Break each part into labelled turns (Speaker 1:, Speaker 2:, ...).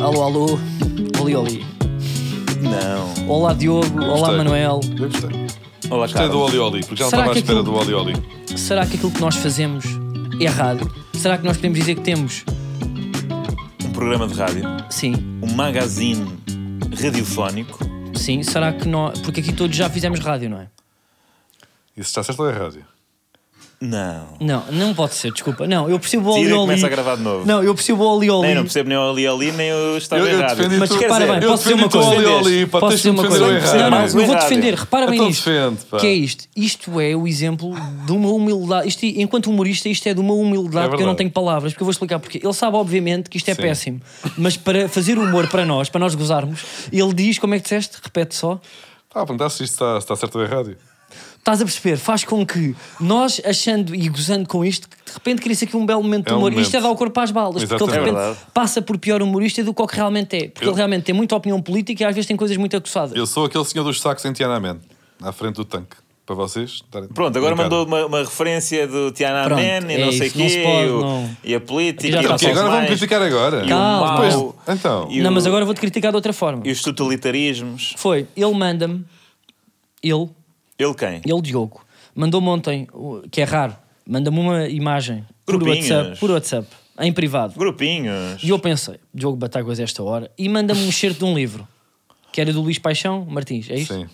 Speaker 1: Alô, oli oli.
Speaker 2: Não.
Speaker 1: Olá Diogo, olá
Speaker 3: Gostei.
Speaker 1: Manuel.
Speaker 3: Eu gostei.
Speaker 2: Olá,
Speaker 3: Gostei é do
Speaker 2: Carlos.
Speaker 3: Olioli, porque já não
Speaker 1: Será
Speaker 3: estava à
Speaker 1: que
Speaker 3: espera
Speaker 1: aquilo-
Speaker 3: do Olioli.
Speaker 1: Será que aquilo que nós fazemos é errado? Será que nós podemos dizer que temos?
Speaker 2: Um programa de rádio,
Speaker 1: Sim,
Speaker 2: um magazine radiofónico.
Speaker 1: sim. Será que nós. Porque aqui todos já fizemos rádio, não é?
Speaker 3: Isso está certo ou é rádio?
Speaker 2: Não.
Speaker 1: Não, não pode ser, desculpa. Não, eu percebo o
Speaker 2: Tira
Speaker 1: oli
Speaker 2: e
Speaker 1: oli.
Speaker 2: começa a gravar de novo.
Speaker 1: Não, eu percebo o oli oli.
Speaker 2: Nem não percebo nem o ali ali, nem o estava
Speaker 3: Eu- eu
Speaker 2: errado.
Speaker 3: defendi
Speaker 1: Mas
Speaker 3: tu-
Speaker 2: quer
Speaker 1: repara
Speaker 2: dizer,
Speaker 1: bem,
Speaker 3: eu
Speaker 1: posso dizer uma
Speaker 3: defendi
Speaker 1: coisa.
Speaker 3: o Olioli, pá,
Speaker 1: posso
Speaker 3: tens
Speaker 1: dizer
Speaker 3: de me
Speaker 1: uma coisa.
Speaker 3: defender o errado.
Speaker 1: Não, não,
Speaker 2: Mais um
Speaker 1: eu vou
Speaker 2: errado.
Speaker 1: defender. Repara bem
Speaker 3: Então
Speaker 1: nisto.
Speaker 3: defende, pá.
Speaker 1: que é isto? Isto é o exemplo de uma humildade. Isto, enquanto humorista, isto é de uma humildade
Speaker 3: É
Speaker 1: que eu não
Speaker 3: verdade.
Speaker 1: tenho palavras, porque eu vou explicar porque. Ele sabe, obviamente, que isto é
Speaker 3: Sim.
Speaker 1: péssimo. Mas para fazer humor para nós, para nós gozarmos, ele diz, como é que disseste? Repete só.
Speaker 3: Está Tá, a perguntar se isto está, se está certo ou é rádio.
Speaker 1: Estás a perceber? Faz com que nós, achando e gozando com isto, que de repente cria-se aqui um belo momento de
Speaker 3: É um
Speaker 1: humor.
Speaker 3: momento.
Speaker 1: Isto é dar o corpo às balas, porque ele
Speaker 3: Exatamente.
Speaker 1: de
Speaker 2: É
Speaker 1: repente
Speaker 2: verdade.
Speaker 1: passa por pior humorista do que o que realmente é. Porque
Speaker 3: Eu-
Speaker 1: ele realmente tem muita opinião política e às vezes tem coisas muito acusadas.
Speaker 3: Eu sou aquele senhor dos sacos em Tiananmen, à frente do tanque. Para vocês darem-
Speaker 2: Pronto, agora
Speaker 3: brincar.
Speaker 2: mandou uma, uma referência do
Speaker 1: Pronto,
Speaker 2: Tiananmen e
Speaker 1: é
Speaker 2: não sei o
Speaker 1: isso, não se
Speaker 2: quê,
Speaker 1: pode,
Speaker 2: e o-
Speaker 1: não.
Speaker 2: e a política,
Speaker 1: Aqui já
Speaker 2: e
Speaker 1: está
Speaker 2: não
Speaker 3: Ok,
Speaker 2: sei o que
Speaker 3: agora vão
Speaker 2: mais,
Speaker 3: criticar agora.
Speaker 2: e o
Speaker 1: Calma.
Speaker 2: mau,
Speaker 3: Pois, então.
Speaker 2: e o-
Speaker 1: Não, mas agora vou-te criticar de outra forma.
Speaker 2: E os totalitarismos.
Speaker 1: Foi, ele manda-me, ele,
Speaker 2: Ele quem?
Speaker 1: ele Diogo, mandou-me ontem, o- que é raro, manda-me uma imagem por
Speaker 2: Grupinhos.
Speaker 1: WhatsApp, por WhatsApp, em privado.
Speaker 2: Grupinhos.
Speaker 1: E eu pensei, Diogo Batáguas a esta hora, e manda-me um excerto de um livro, que era do Luís Paixão Martins, é isso?
Speaker 3: Sim.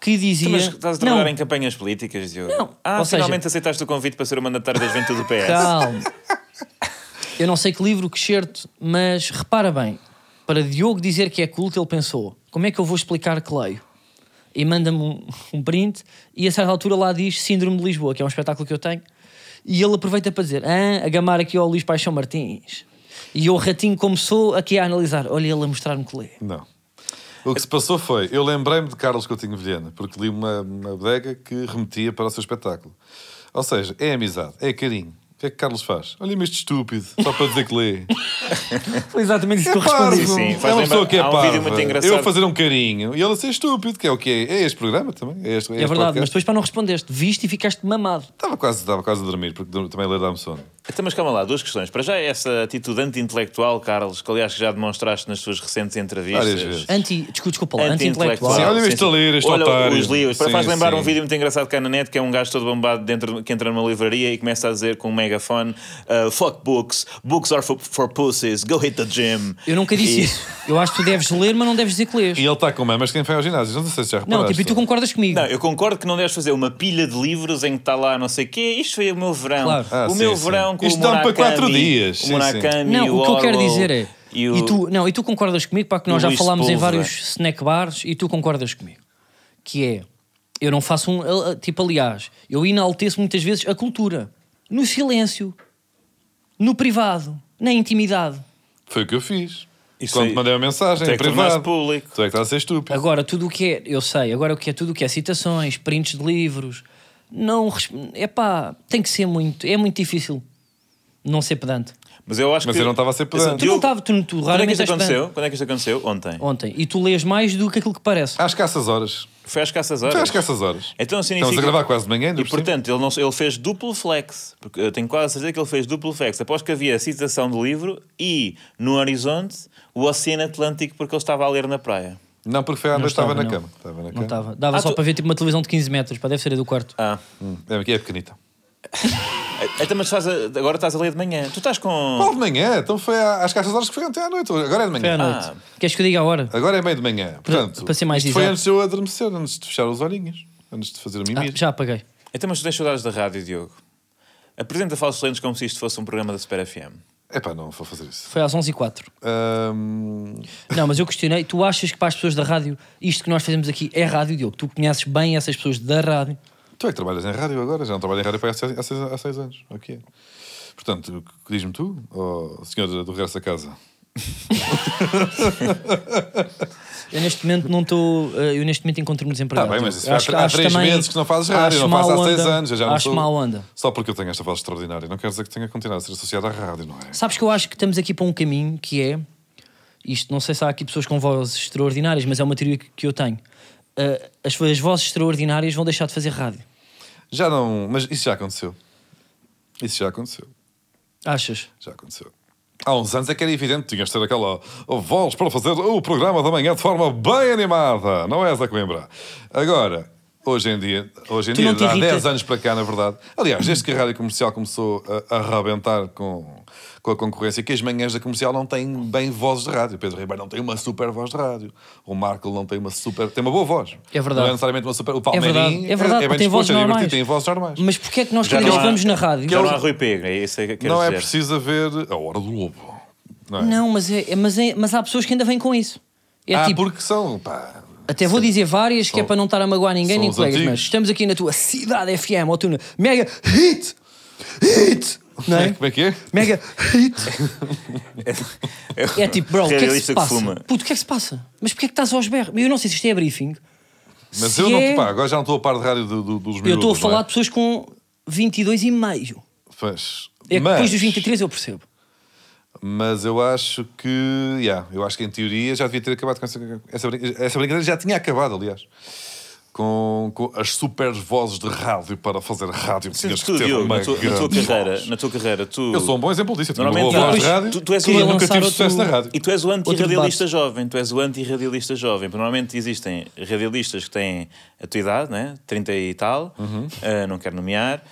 Speaker 1: Que dizia...
Speaker 2: Então, Mas estás a trabalhar
Speaker 1: não,
Speaker 2: em campanhas políticas, Diogo?
Speaker 1: Não.
Speaker 2: Ah,
Speaker 1: Ou seja-
Speaker 2: finalmente aceitaste o convite para ser o mandatário da juventude do PS.
Speaker 1: calma. eu não sei que livro, que excerto, mas repara bem, para Diogo dizer que é culto, ele pensou, como é que eu vou explicar que leio? e manda-me um, um print e a certa altura lá diz Síndrome de Lisboa, que é um espetáculo que eu tenho, e ele aproveita para dizer, ah, a gamar aqui ao Luís Paixão Martins. E eu, ratinho, começou aqui a analisar, olha ele a mostrar-me que lê.
Speaker 3: Não. O que se passou foi, eu lembrei-me de Carlos Coutinho Vilhena, porque li uma, uma bodega que remetia para o seu espetáculo. Ou seja, é amizade, é carinho. O que é que Carlos faz? Olha-me este estúpido, só para dizer que lê.
Speaker 1: Foi exatamente isso
Speaker 3: É
Speaker 1: que eu
Speaker 3: parvo.
Speaker 1: respondi.
Speaker 2: Sim, sim.
Speaker 3: É
Speaker 2: Faz
Speaker 3: uma
Speaker 2: lembrar-
Speaker 3: pessoa que é
Speaker 2: há um
Speaker 3: parva.
Speaker 2: vídeo muito engraçado.
Speaker 3: Eu fazer um carinho e ele ser estúpido, que é o que é. É este programa também. É, este, é
Speaker 1: É
Speaker 3: este
Speaker 1: verdade, mas
Speaker 3: podcast.
Speaker 1: depois para não respondeste, viste e ficaste mamado.
Speaker 3: Estava quase, estava quase a dormir, porque dur- também lhe dá-me sono.
Speaker 2: Então, mas calma lá, duas questões. Para já, essa atitude anti-intelectual, Carlos, que aliás já demonstraste nas tuas recentes
Speaker 3: Várias vezes.
Speaker 2: entrevistas.
Speaker 1: Anti, desculpa, desculpa lá,
Speaker 2: Anti-intelectual.
Speaker 3: Sim,
Speaker 1: anti-intelectual.
Speaker 3: olha este a ler, este
Speaker 2: Olha
Speaker 3: otário.
Speaker 2: os livros. Para
Speaker 3: Sim,
Speaker 2: faz lembrar
Speaker 3: sim.
Speaker 2: um vídeo muito engraçado que há na net, que é um gajo todo bombado dentro, que entra numa livraria e começa a dizer com um megafone uh, Fuck books, books are for, for pussies, go hit the gym.
Speaker 1: Eu nunca disse
Speaker 2: E-
Speaker 1: isso. Eu acho que tu deves ler, mas não deves dizer que lês.
Speaker 3: E ele está com mamas quem foi ao ginásio. Não sei se já reparaste.
Speaker 1: Não, tipo, e tu concordas comigo.
Speaker 2: Não, eu concordo que não deves fazer uma pilha de livros em que está lá não sei o quê. Isto foi o meu verão.
Speaker 1: Claro.
Speaker 3: Ah,
Speaker 2: o
Speaker 3: sim,
Speaker 2: meu
Speaker 3: sim.
Speaker 2: verão com
Speaker 3: Isto
Speaker 2: o
Speaker 3: dá para
Speaker 2: Murakami.
Speaker 3: quatro dias. Sim,
Speaker 2: O
Speaker 3: sim.
Speaker 2: Murakami,
Speaker 1: Não, o, que eu
Speaker 2: Orwell
Speaker 1: quero dizer é.
Speaker 2: E
Speaker 1: E,
Speaker 2: o...
Speaker 1: tu, não, e tu concordas comigo, pá, que nós
Speaker 2: o
Speaker 1: já
Speaker 2: Luís
Speaker 1: falámos em
Speaker 2: Sepúlveda.
Speaker 1: vários snack bars e tu concordas comigo. Que é. Eu não faço um. eh, eh, Tipo, aliás, eu inalteço muitas vezes a cultura. No silêncio. No privado. Na intimidade.
Speaker 3: Foi o que eu fiz.
Speaker 2: Isso
Speaker 3: Quando
Speaker 2: aí.
Speaker 3: te mandei uma mensagem
Speaker 2: Tu é
Speaker 3: em
Speaker 2: que tornaste
Speaker 3: privado.
Speaker 2: público.
Speaker 3: Tu é que estás a ser estúpido.
Speaker 1: Agora, tudo o que é. Eu sei, agora o que é tudo o que é citações, prints de livros. Não. É pá, tem que ser muito. É muito difícil não ser pedante.
Speaker 2: Mas eu acho
Speaker 3: Mas
Speaker 2: que.
Speaker 3: eu não estava a ser pedante.
Speaker 1: Tu não estava- tu- tu
Speaker 2: Quando é que
Speaker 1: raramente
Speaker 2: isto
Speaker 1: és pedante.
Speaker 2: aconteceu? Quando é que isto aconteceu? Ontem.
Speaker 1: Ontem. E tu lês mais do que aquilo que parece.
Speaker 3: Acho que há essas horas.
Speaker 2: Foi às caças
Speaker 3: Tu
Speaker 2: horas.
Speaker 3: acho que há essas horas.
Speaker 2: Então significa.
Speaker 3: Estamos a gravar quase de manhã, ainda
Speaker 2: E
Speaker 3: por cima.
Speaker 2: portanto, ele, não, ele fez duplo flex. Porque eu tenho quase certeza que ele fez duplo flex. Após que havia a citação do livro e, no horizonte, o Oceano Atlântico, porque ele estava a ler na praia.
Speaker 3: Não, porque foi à noite estava,
Speaker 1: estava,
Speaker 3: na
Speaker 1: não.
Speaker 3: cama. Estava na
Speaker 1: Não
Speaker 3: cama.
Speaker 1: estava. Dava
Speaker 2: Ah,
Speaker 1: só
Speaker 2: tu-
Speaker 1: para ver tipo uma televisão de 15 metros, para deve ser a do quarto.
Speaker 2: Ah.
Speaker 3: É, é pequenita.
Speaker 2: Então, mas estás a- agora estás a ler de manhã. Tu estás
Speaker 3: Qual
Speaker 2: com.
Speaker 3: de manhã? Então foi à- às caixas horas que foi ontem à noite. Agora é de
Speaker 1: Foi à
Speaker 3: manhã.
Speaker 1: noite. Queres que eu diga a hora?
Speaker 3: Agora é meio de manhã. Portanto,
Speaker 1: para ser mais
Speaker 3: isto foi
Speaker 1: exato.
Speaker 3: antes de eu adormecer, antes de fechar os olhinhos, antes de fazer a
Speaker 1: Ah,
Speaker 3: mimir.
Speaker 1: já apaguei.
Speaker 2: Então, mas tu tens saudades da rádio, Diogo. Apresenta Falsos Lentes como se isto fosse um programa da Super FM.
Speaker 3: Epá, não vou fazer isso.
Speaker 1: Foi às 11 e 04
Speaker 3: Ahm,
Speaker 1: Não, mas eu questionei. Tu achas que para as pessoas da rádio, isto que nós fazemos aqui é rádio, Diogo? Tu conheces bem essas pessoas da rádio.
Speaker 3: tu é que trabalhas em rádio agora, já não trabalho em rádio para aí há seis, há seis- há seis anos. O que é? Portanto, diz-me tu, ou oh, senhor do regresso a casa?
Speaker 1: Eu neste momento não estou. eh, Eu neste momento encontro-me desempregado.
Speaker 3: Está Tá bem,
Speaker 1: Diogo.
Speaker 3: mas isso foi há,
Speaker 1: Acho-
Speaker 3: tre- há
Speaker 1: acho
Speaker 3: três
Speaker 1: também-
Speaker 3: meses que não fazes rádio,
Speaker 1: acho
Speaker 3: não fazes
Speaker 1: má
Speaker 3: há seis
Speaker 1: onda.
Speaker 3: anos. Eu já não
Speaker 1: acho
Speaker 3: sou...
Speaker 1: má onda.
Speaker 3: Só porque eu tenho esta voz extraordinária, não quer dizer que tenha continuado a ser associado à rádio, não é?
Speaker 1: Sabes que eu acho que estamos aqui para um caminho que é. Isto, não sei se há aqui pessoas com vozes extraordinárias, mas é uma teoria que, que eu tenho. Eh, as, as vozes extraordinárias vão deixar de fazer rádio.
Speaker 3: Já não. Mas isso já aconteceu. Isso já aconteceu.
Speaker 1: Achas?
Speaker 3: Já aconteceu. Há uns anos é que era evidente que tinhas de ter aquela voz para fazer o programa da manhã de forma bem animada, não é, Zé Coimbra? Agora, hoje em dia, hoje em
Speaker 1: Tu
Speaker 3: dia
Speaker 1: não te
Speaker 3: há
Speaker 1: irrita?
Speaker 3: 10 anos para cá, na verdade. Aliás, desde que a rádio comercial começou a, a arrebentar com, com a concorrência, que as manhãs da comercial não têm bem vozes de rádio. Pedro Ribeiro não tem uma super voz de rádio. O Marco não tem uma super. tem uma boa voz.
Speaker 1: É verdade.
Speaker 3: Não é necessariamente uma super. O
Speaker 1: É
Speaker 3: Palmeirinho
Speaker 1: verdade, é verdade,
Speaker 3: é bem
Speaker 1: tem vozes
Speaker 3: disposto, é divertido,
Speaker 1: normais.
Speaker 3: tem vozes normais.
Speaker 1: Mas porquê é que nós
Speaker 2: Já
Speaker 1: quando
Speaker 2: não há-
Speaker 1: vamos na rádio?
Speaker 2: Já não há Rui Pego, é isso que queres
Speaker 3: Não é
Speaker 2: dizer.
Speaker 3: preciso haver a hora do lobo. Não, é?
Speaker 1: Não, mas, é, é- mas, é- mas há pessoas que ainda vêm com isso. É
Speaker 3: ah,
Speaker 1: tipo,
Speaker 3: porque são. Pá,
Speaker 1: até vou dizer várias que é
Speaker 3: são-
Speaker 1: para não estar a magoar ninguém
Speaker 3: são
Speaker 1: nem
Speaker 3: os
Speaker 1: colegas,
Speaker 3: antigos.
Speaker 1: mas estamos aqui na tua cidade FM, ou tu na Mega Hit! Hit! Não é?
Speaker 3: Como é que é?
Speaker 1: Mega hit. é tipo, bro, o que é que
Speaker 2: Realista
Speaker 1: se
Speaker 2: que
Speaker 1: passa?
Speaker 2: fuma.
Speaker 1: Puto, o que é que se passa? Mas porquê é que estás aos berros? Eu não sei se isto é briefing.
Speaker 3: Mas
Speaker 1: Se
Speaker 3: eu não,
Speaker 1: é-
Speaker 3: pá, agora já não estou a par de rádio do, do, dos miúdos.
Speaker 1: Eu estou a
Speaker 3: não é?
Speaker 1: falar de pessoas com 22 e meio.
Speaker 3: Pois.
Speaker 1: É que
Speaker 3: mas,
Speaker 1: depois dos 23 eu percebo.
Speaker 3: mas eu acho que. yeah, eu acho que em teoria já devia ter acabado com essa, essa, brin- essa brincadeira. Já tinha acabado, aliás. Com, com as super vozes de rádio para fazer rádio. Tinhas que
Speaker 2: Tu,
Speaker 3: ter
Speaker 2: Diogo,
Speaker 3: uma
Speaker 2: na tua, na
Speaker 3: grande
Speaker 2: tua carreira,
Speaker 3: voz.
Speaker 2: na tua carreira, tu...
Speaker 3: Eu sou um bom exemplo disso. Eu tinha uma boa
Speaker 2: Normalmente,
Speaker 3: voz de
Speaker 1: depois
Speaker 3: rádio.
Speaker 2: tu, tu és
Speaker 1: tu
Speaker 2: o-
Speaker 1: ia
Speaker 3: nunca
Speaker 1: lançar
Speaker 3: tive
Speaker 1: outro-
Speaker 3: sucesso na rádio.
Speaker 2: E tu és o
Speaker 1: Outro
Speaker 2: anti-radialista
Speaker 1: debate.
Speaker 2: jovem, tu és o anti-radialista jovem. porque Normalmente existem radialistas que têm a tua idade, né? 30 e tal,
Speaker 3: Uhum.
Speaker 2: ah, não quero nomear,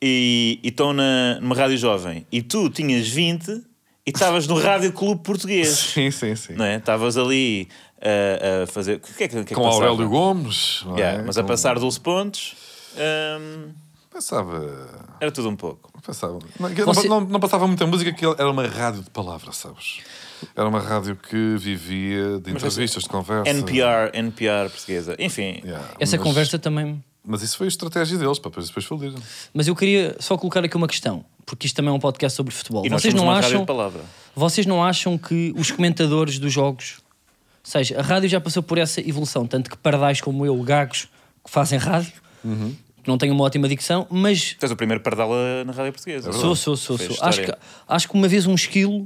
Speaker 2: e e estão na, numa rádio jovem. E tu tinhas 20 e estavas no Rádio Clube Português.
Speaker 3: Sim, sim, sim.
Speaker 2: Não é? Estavas ali ah, a fazer. O que é que, o que é que
Speaker 3: Com
Speaker 2: passava?
Speaker 3: Aurélio Gomes. não é?
Speaker 2: Yeah, Mas a
Speaker 3: Com-
Speaker 2: passar 12 pontos. hum,
Speaker 3: Passava.
Speaker 2: era tudo um pouco.
Speaker 3: Passava. Não, que eu
Speaker 1: Você-
Speaker 3: não- não- não passava muita música, que era uma rádio de palavras, sabes? Era uma rádio que vivia de entrevistas, de
Speaker 2: é
Speaker 3: conversa.
Speaker 2: NPR, NPR portuguesa. Enfim,
Speaker 3: Yeah,
Speaker 1: Essa
Speaker 3: mas-
Speaker 1: conversa também.
Speaker 3: Mas isso foi a estratégia deles, para depois, depois faliram.
Speaker 1: Mas eu queria só colocar aqui uma questão, porque isto também é um podcast sobre futebol.
Speaker 2: e nós
Speaker 1: Vocês
Speaker 2: somos
Speaker 1: não
Speaker 2: uma rádio
Speaker 1: acham?
Speaker 2: de palavra.
Speaker 1: Vocês não acham que os comentadores dos jogos, ou seja, a rádio já passou por essa evolução, tanto que pardais como eu, gagos, que fazem rádio,
Speaker 3: Uhum.
Speaker 1: que não têm uma ótima dicção, mas
Speaker 2: Tu és o primeiro pardal a- na rádio
Speaker 3: É
Speaker 2: portuguesa.
Speaker 1: sou, sou, sou,
Speaker 2: Foi
Speaker 1: sou.
Speaker 2: história.
Speaker 1: Acho que, acho que uma vez um esquilo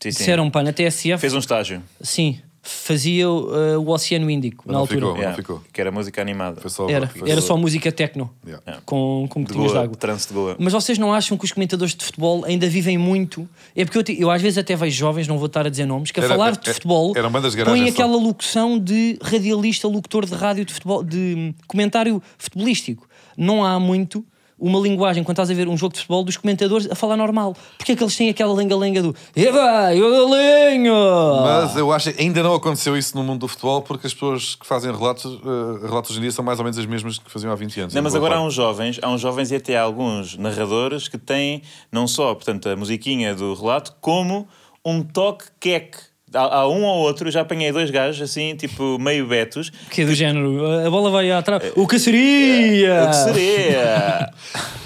Speaker 2: Sim, sim.
Speaker 1: disseram pá na TSF,
Speaker 2: Fez um estágio.
Speaker 1: sim, fazia uh, o Oceano Índico na
Speaker 3: não
Speaker 1: altura.
Speaker 3: ficou. Não
Speaker 2: Yeah,
Speaker 3: ficou.
Speaker 2: Que era música animada.
Speaker 3: Foi só.
Speaker 1: Era,
Speaker 3: foi
Speaker 1: era só música techno
Speaker 3: Yeah.
Speaker 1: com, com
Speaker 2: de
Speaker 1: gotinhas de
Speaker 2: Goa,
Speaker 1: água.
Speaker 2: trance de Goa.
Speaker 1: Mas vocês não acham que os comentadores de futebol ainda vivem muito? É porque eu, te- eu às vezes até vejo jovens, não vou estar a dizer nomes, que a
Speaker 3: Era-
Speaker 1: falar de
Speaker 3: é-
Speaker 1: futebol
Speaker 3: eram bandas de garagem
Speaker 1: põem
Speaker 3: só.
Speaker 1: aquela locução de radialista, locutor de rádio de futebol, de hum, comentário futebolístico. Não há muito uma linguagem, quando estás a ver um jogo de futebol, dos comentadores a falar normal. Porque é que eles têm aquela lenga-lenga do Eva, eu galinho!
Speaker 2: Ah.
Speaker 3: Mas eu acho que ainda não aconteceu isso no mundo do futebol, porque as pessoas que fazem relatos, eh, relatos hoje em dia são mais ou menos as mesmas que faziam há 20 anos.
Speaker 2: Não,
Speaker 3: em
Speaker 2: mas
Speaker 3: boa
Speaker 2: agora há
Speaker 3: parte.
Speaker 2: uns jovens, há uns jovens e até há alguns narradores que têm não só, portanto, a musiquinha do relato, como um toque queque. Há, há um ou outro, eu já apanhei dois gajos assim, tipo, meio betos.
Speaker 1: Que é do género, a bola vai atrás. O que seria?
Speaker 2: O que seria?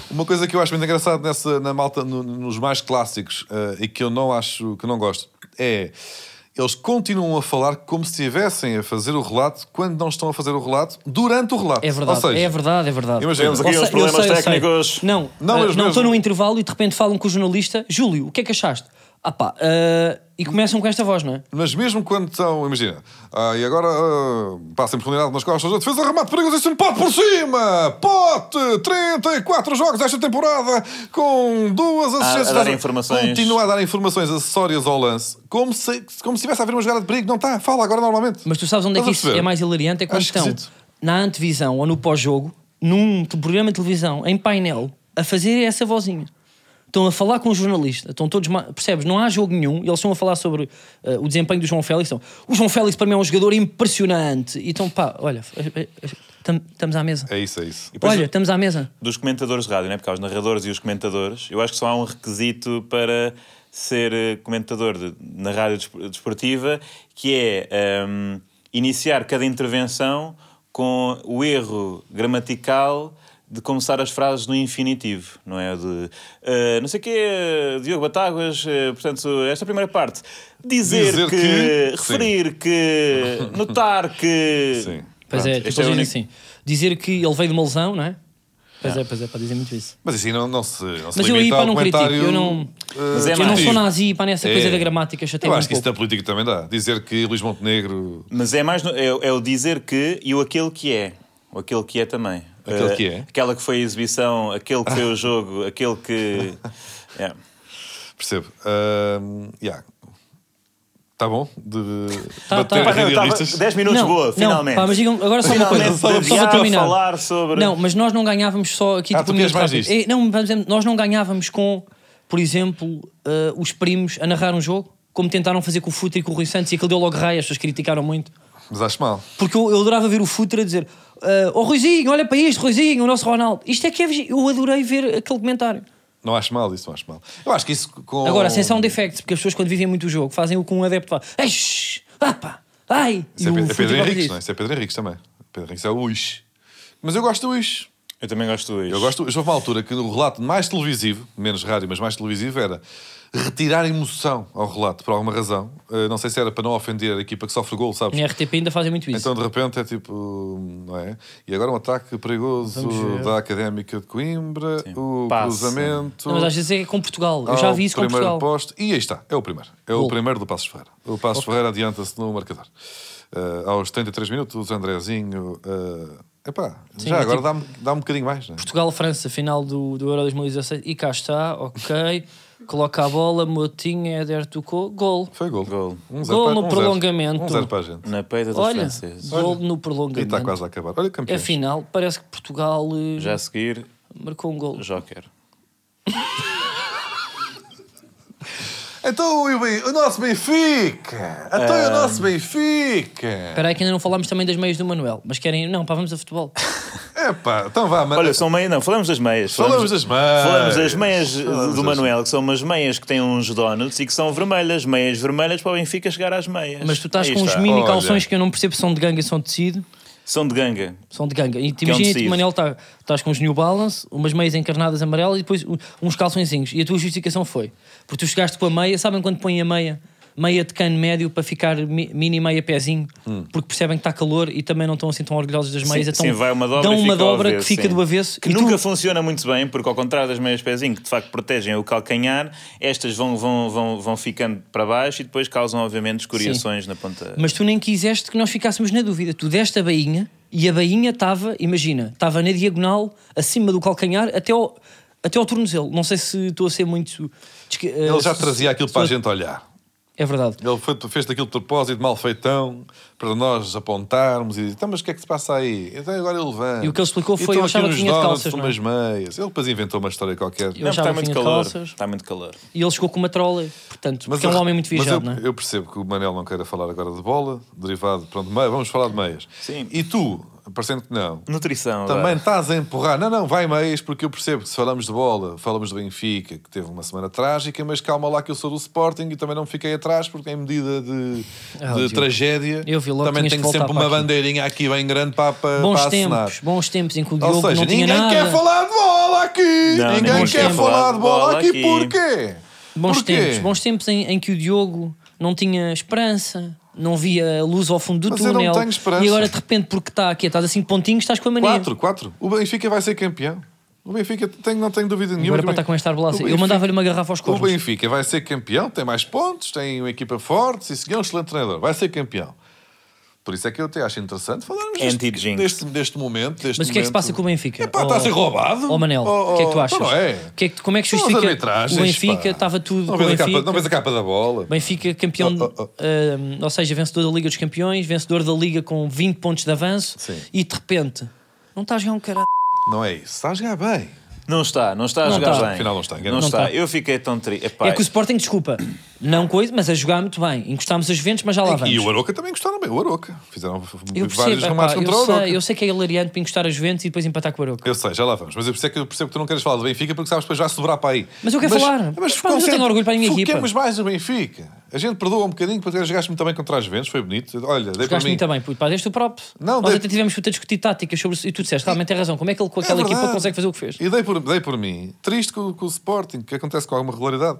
Speaker 3: Uma coisa que eu acho muito engraçado nessa, na malta, no- nos mais clássicos, eh, e que eu não acho, que eu não gosto, é. Eles continuam a falar como se estivessem a fazer o relato quando não estão a fazer o relato durante o relato.
Speaker 1: É verdade,
Speaker 3: Ou seja,
Speaker 1: é verdade, é verdade.
Speaker 3: Imaginemos
Speaker 1: Ou
Speaker 3: aqui
Speaker 2: uns
Speaker 1: sei- eu
Speaker 2: problemas
Speaker 1: sei, eu sei.
Speaker 2: técnicos.
Speaker 1: Não,
Speaker 3: Não,
Speaker 1: ah,
Speaker 3: mas
Speaker 1: não
Speaker 3: mesmo-
Speaker 1: estou num intervalo e de repente falam com o jornalista, Júlio, o que é que achaste? Ah pá, ah, e começam com esta voz, não é?
Speaker 3: Mas mesmo quando estão, imagina, ah, e agora ah, passa impunidade nas costas da defesa, remate perigoso, isso um pote por cima! Pote! 34 jogos esta temporada, com duas assistências.
Speaker 2: a dar informações.
Speaker 3: Continua a dar informações acessórias ao lance, como se, como se tivesse a haver uma jogada de perigo. Não está, fala agora normalmente.
Speaker 1: Mas tu sabes onde é que
Speaker 3: Estás a
Speaker 1: isso
Speaker 3: perceber?
Speaker 1: é mais hilariante? É quando
Speaker 3: Acho
Speaker 1: estão
Speaker 3: esquisito.
Speaker 1: na antevisão ou no pós-jogo, num te- programa de televisão, em painel, a fazer essa vozinha. Estão a falar com o jornalista, estão todos. ma- Percebes? Não há jogo nenhum, e eles estão a falar sobre eh, o desempenho do João Félix. Estão, o João Félix para mim é um jogador impressionante. E então, pá, olha, eh, estamos à mesa.
Speaker 3: É isso, é isso.
Speaker 2: depois-
Speaker 1: Olha, estamos à mesa.
Speaker 2: dos comentadores de rádio, né? porque há os narradores e os comentadores. Eu acho que só há um requisito para ser eh, comentador de- na rádio desp- desportiva, que é hum, iniciar cada intervenção com o erro gramatical de começar as frases no infinitivo, não é? De eh, não sei o quê, eh, Diogo Batáguas, eh, portanto, esta primeira parte. Dizer,
Speaker 3: Dizer
Speaker 2: que,
Speaker 3: que-
Speaker 2: referir que, notar que.
Speaker 3: Sim.
Speaker 1: Pois é,
Speaker 2: Pronto,
Speaker 1: tu
Speaker 2: este é
Speaker 1: estás
Speaker 2: o
Speaker 1: a dizer
Speaker 2: único-
Speaker 1: assim. Dizer que ele veio de uma lesão, não é? Pois é, pois é, para dizer muito isso.
Speaker 3: Mas assim, não, não se. Não se
Speaker 1: Mas eu aí,
Speaker 3: limita
Speaker 1: pá,
Speaker 3: ao
Speaker 1: não critico,
Speaker 3: comentário,
Speaker 1: eu não-
Speaker 3: eh,
Speaker 2: Mas é
Speaker 1: Eu não
Speaker 2: Sim.
Speaker 1: sou
Speaker 3: desportivo.
Speaker 1: nazi para nessa coisa
Speaker 3: É.
Speaker 1: da gramática, chatei
Speaker 3: Eu
Speaker 1: um
Speaker 3: acho que isso
Speaker 1: pouco.
Speaker 3: na política também dá. Dizer que Luís Montenegro.
Speaker 2: Mas é mais no- é, é o dizer que e o aquele que é. O aquele que é também.
Speaker 3: Aquele
Speaker 2: Eh,
Speaker 3: que é?
Speaker 2: Aquela que foi a exibição, aquele que foi o jogo, aquele que. É.
Speaker 3: Percebo. Ahm, yeah. Tá bom? De
Speaker 1: Tá, tá.
Speaker 3: bater
Speaker 2: Pá, não, eu tava-
Speaker 3: realistas.
Speaker 2: 10 minutos,
Speaker 1: Não,
Speaker 2: boa,
Speaker 1: não,
Speaker 2: finalmente.
Speaker 1: pá, mas digam- agora só uma
Speaker 2: Finalmente,
Speaker 1: coisa, só- só para
Speaker 2: desviar,
Speaker 1: terminar.
Speaker 2: falar sobre...
Speaker 1: Não, mas nós não ganhávamos só aqui
Speaker 3: Ah,
Speaker 1: tipo,
Speaker 3: tu queres mais
Speaker 1: rápido.
Speaker 3: disto?
Speaker 1: Eh, Não, vamos dizer, nós não ganhávamos com, por exemplo, eh, os primos a narrar um jogo, como tentaram fazer com o Futre e com o Rui Santos, e aquilo deu logo raio, as pessoas criticaram muito.
Speaker 3: Mas acho mal.
Speaker 1: Porque eu, eu adorava ver o Futre a dizer: eh, Oh Ruizinho, olha para isto, Ruizinho, o nosso Ronaldo. Isto é que é. vigi- Eu adorei ver aquele comentário.
Speaker 3: Não acho mal isso, não acho mal. Eu acho que isso com.
Speaker 1: Agora, sem um sound effects, porque as pessoas quando vivem muito o jogo fazem o que um adepto faz. Ei, shh, ah, pá, ai!
Speaker 3: Isso é, Pe- é
Speaker 1: Futre gosta
Speaker 3: Pedro Henriques,
Speaker 1: disso.
Speaker 3: não é? Isso é Pedro Henriques também. Pedro Henriques é o Uix. Mas eu gosto do Uix.
Speaker 2: Eu também gosto disso.
Speaker 3: Eu gosto. Já houve uma altura que o relato mais televisivo, menos rádio, mas mais televisivo, era retirar emoção ao relato, por alguma razão. Uh, não sei se era para não ofender a equipa que sofre gol, sabes?
Speaker 1: Na RTP ainda fazem muito isso.
Speaker 3: é? Então de repente é tipo, não é? E agora um ataque perigoso
Speaker 1: Vamos ver.
Speaker 3: da Académica de Coimbra, o
Speaker 2: Passa.
Speaker 3: cruzamento.
Speaker 1: Não, mas às vezes é com Portugal. Eu já
Speaker 3: ao
Speaker 1: vi isso com
Speaker 3: Oh, primeiro
Speaker 1: Portugal.
Speaker 3: posto. E aí está, é o primeiro. É o
Speaker 1: Gol.
Speaker 3: primeiro do Passos Ferreira. O Passos Ferreira adianta-se no marcador. Eh, aos 33 minutos, o Andrezinho. eh, epá,
Speaker 1: Sim,
Speaker 3: já
Speaker 1: é
Speaker 3: agora
Speaker 1: tipo-
Speaker 3: dá-me dá um bocadinho mais, né?
Speaker 1: Portugal-França, final do, do Euro 2016. E cá está, ok. Coloca a bola, é Motinho, Éder tocou, gol.
Speaker 3: Foi gol.
Speaker 2: Gol.
Speaker 3: Um
Speaker 1: Gol
Speaker 3: para-
Speaker 1: no
Speaker 3: um
Speaker 1: prolongamento.
Speaker 3: Um zero para a gente.
Speaker 2: Na peita dos
Speaker 1: Olha,
Speaker 2: franceses. tá
Speaker 1: gol no
Speaker 3: E está
Speaker 1: prolongamento.
Speaker 3: quase a acabar. Olha, campeão.
Speaker 1: Afinal, parece que Portugal eh,
Speaker 2: Já a seguir,
Speaker 1: marcou um gol.
Speaker 2: Joker.
Speaker 3: Então e o, Ben- o nosso Benfica! Então
Speaker 2: Eh,
Speaker 3: e o nosso Benfica!
Speaker 1: Espera aí que ainda não falámos também das meias do Manuel. Mas querem... Não, pá, vamos a futebol.
Speaker 3: Epá, então vá, mano.
Speaker 2: Olha, são meias, não, falamos das meias.
Speaker 3: Falamos das meias.
Speaker 2: Falamos das meias
Speaker 3: Falamos
Speaker 2: do
Speaker 3: das-
Speaker 2: Manuel, que são umas meias que têm uns donuts e que são vermelhas. Meias vermelhas para o Benfica chegar às meias.
Speaker 1: Mas tu estás
Speaker 2: Aí
Speaker 1: com uns
Speaker 2: está.
Speaker 1: mini
Speaker 3: Olha.
Speaker 1: calções que eu não percebo se são de ganga e são de tecido.
Speaker 2: São de ganga.
Speaker 1: São de ganga. E te
Speaker 2: Que é um
Speaker 1: imagina,
Speaker 2: tecido.
Speaker 1: o Manel, tá- estás com uns New Balance, umas meias encarnadas amarelas e depois u- uns calçõezinhos. E a tua justificação foi, porque tu chegaste com a meia, sabem quando põem a meia? Meia de cano médio para ficar mi- mini meia pezinho, porque percebem que está calor e também não estão assim tão orgulhosos das meias.
Speaker 2: Hum. Sim,
Speaker 1: então
Speaker 2: sim, vai uma dobra
Speaker 1: dão
Speaker 2: e
Speaker 1: uma
Speaker 2: fica ao
Speaker 1: dobra que
Speaker 2: avesso,
Speaker 1: fica
Speaker 2: sim.
Speaker 1: do avesso.
Speaker 2: Que
Speaker 1: e
Speaker 2: nunca
Speaker 1: tu,
Speaker 2: funciona muito bem, porque ao contrário das meias pezinho, que de facto protegem o calcanhar, estas vão, vão, vão, vão ficando para baixo e depois causam, obviamente, escoriações na ponta.
Speaker 1: Mas tu nem quiseste que nós ficássemos na dúvida. Tu deste a bainha e a bainha estava, imagina, estava na diagonal, acima do calcanhar, até ao, até ao tornozelo. Não sei se estou a ser muito... desque-
Speaker 3: Ele já
Speaker 1: eh,
Speaker 3: trazia aquilo para a gente olhar.
Speaker 1: É verdade.
Speaker 3: Ele foi- fez daquilo de propósito, mal feitão, para nós apontarmos e dizer, então, mas o que é que se passa aí? Então agora ele levanta.
Speaker 1: E o que ele explicou foi, eu
Speaker 3: estão
Speaker 1: achava
Speaker 3: aqui
Speaker 1: que
Speaker 3: uns
Speaker 1: tinha de
Speaker 3: donuts,
Speaker 1: calças, não é?
Speaker 3: umas meias. Ele depois inventou uma história qualquer.
Speaker 1: Eu achava
Speaker 2: Não, está
Speaker 1: que
Speaker 2: tá muito
Speaker 1: tinha
Speaker 2: calor.
Speaker 1: calças.
Speaker 2: Está muito calor.
Speaker 1: E ele chegou com uma trola, portanto, porque é
Speaker 3: eu-
Speaker 1: um homem muito
Speaker 3: mas
Speaker 1: vigiado,
Speaker 3: eu,
Speaker 1: não é?
Speaker 3: eu percebo que o Manel não queira falar agora de bola, derivado, pronto, meia, vamos falar de meias.
Speaker 2: Sim.
Speaker 3: E tu, parecendo que não,
Speaker 2: Nutrição. agora.
Speaker 3: também estás a empurrar. Não, não, vai meias, porque eu percebo que se falamos de bola, falamos do Benfica, que teve uma semana trágica, mas calma lá que eu sou do Sporting e também não fiquei atrás, porque em medida de,
Speaker 1: Ah,
Speaker 3: de
Speaker 1: Diogo.
Speaker 3: tragédia,
Speaker 1: Eu vi logo que
Speaker 3: também
Speaker 1: tinhas
Speaker 3: tenho
Speaker 1: que voltar
Speaker 3: sempre uma
Speaker 1: para aqui.
Speaker 3: bandeirinha aqui bem grande para, para,
Speaker 1: Bons
Speaker 3: para acenar.
Speaker 1: tempos, bons tempos em que o
Speaker 3: Ou
Speaker 1: Diogo
Speaker 3: seja,
Speaker 1: não tinha
Speaker 3: ninguém
Speaker 1: nada.
Speaker 3: quer falar de bola aqui!
Speaker 2: Não,
Speaker 3: ninguém
Speaker 2: ninguém
Speaker 3: quer
Speaker 2: quer
Speaker 3: falar de bola aqui, porquê?
Speaker 1: Bons
Speaker 3: Porquê?
Speaker 1: tempos, bons tempos em, em que o Diogo não tinha esperança, não via a luz ao fundo do
Speaker 3: Mas eu não
Speaker 1: túnel.
Speaker 3: tenho esperança.
Speaker 1: E agora de repente, porque está aqui, estás a 5 pontinhos, estás com a mania.
Speaker 3: 4, 4. O Benfica vai ser campeão. O Benfica tem- não tenho dúvida nenhuma.
Speaker 1: Agora
Speaker 3: que
Speaker 1: para
Speaker 3: o Ben-
Speaker 1: estar com esta
Speaker 3: O
Speaker 1: arbelaça. Eu
Speaker 3: Benfica-
Speaker 1: mandava-lhe uma garrafa aos
Speaker 3: O
Speaker 1: cornos.
Speaker 3: Benfica vai ser campeão, tem mais pontos, tem uma equipa forte, se seguir é um excelente treinador, vai ser campeão. Por isso é que eu até acho interessante falarmos deste,
Speaker 2: Anti-jinx.
Speaker 3: deste, deste momento.
Speaker 1: É
Speaker 3: Deste
Speaker 1: Mas o que é que se
Speaker 3: momento.
Speaker 1: passa com o Benfica?
Speaker 3: Epá, está a ser roubado.
Speaker 1: Ó Manel,
Speaker 3: Ó,
Speaker 1: o que é que tu
Speaker 3: ó,
Speaker 1: achas?
Speaker 3: Não é?
Speaker 1: O que é que- como é que
Speaker 3: São as
Speaker 1: justifica
Speaker 3: arbitragens,
Speaker 1: o Benfica?
Speaker 3: pá.
Speaker 1: Estava tudo
Speaker 3: Não
Speaker 1: com o
Speaker 3: vês, a capa,
Speaker 1: Benfica.
Speaker 3: não vês a capa da bola.
Speaker 1: Benfica campeão,
Speaker 3: Oh, oh, oh.
Speaker 1: eh, ou seja, vencedor da Liga dos Campeões, vencedor da Liga com 20 pontos de avanço
Speaker 3: Sim.
Speaker 1: e de repente não estás a jogar um caralho.
Speaker 3: Não é isso. Está a jogar bem.
Speaker 2: Não está, não está a
Speaker 1: Não
Speaker 2: jogar
Speaker 1: está.
Speaker 2: bem.
Speaker 3: Afinal, não está,
Speaker 2: Não,
Speaker 3: não
Speaker 2: está.
Speaker 1: está.
Speaker 2: Eu fiquei tão triste.
Speaker 1: É que o Sporting, desculpa, não coisa, mas a jogar muito bem. Encostámos as Juventus, mas já lá vamos.
Speaker 3: E o Aroca também gostaram bem. O Aroca. Fizeram
Speaker 1: eu
Speaker 3: vários
Speaker 1: percebo, epá,
Speaker 3: remates contra o
Speaker 1: eu,
Speaker 3: Aroca.
Speaker 1: sei, eu sei que é hilariante para encostar as Juventus e depois empatar com o Aroca.
Speaker 3: Eu sei, já lá vamos. Mas eu percebo que, eu percebo que tu não queres falar do Benfica porque sabes que depois vai sobrar para aí.
Speaker 1: Mas eu quero falar. Mas, pá, mas eu
Speaker 3: concentra-
Speaker 1: tenho orgulho para a minha equipa.
Speaker 3: Foquemos mais no Benfica. A gente perdoa um bocadinho porque jogaste muito bem contra as Juventus, foi bonito. Olha, dei para
Speaker 1: Jogaste
Speaker 3: mim.
Speaker 1: muito bem, puto, pá, deste o próprio.
Speaker 3: Não,
Speaker 1: Nós
Speaker 3: dei-
Speaker 1: até tivemos que discutir táticas sobre isso e tu disseste, realmente tem razão. Como é que ele com
Speaker 3: É
Speaker 1: aquela equipa
Speaker 3: verdade. É.
Speaker 1: consegue fazer o que fez?
Speaker 3: E dei por, dei por mim. Triste com, com o Sporting, que acontece com alguma regularidade.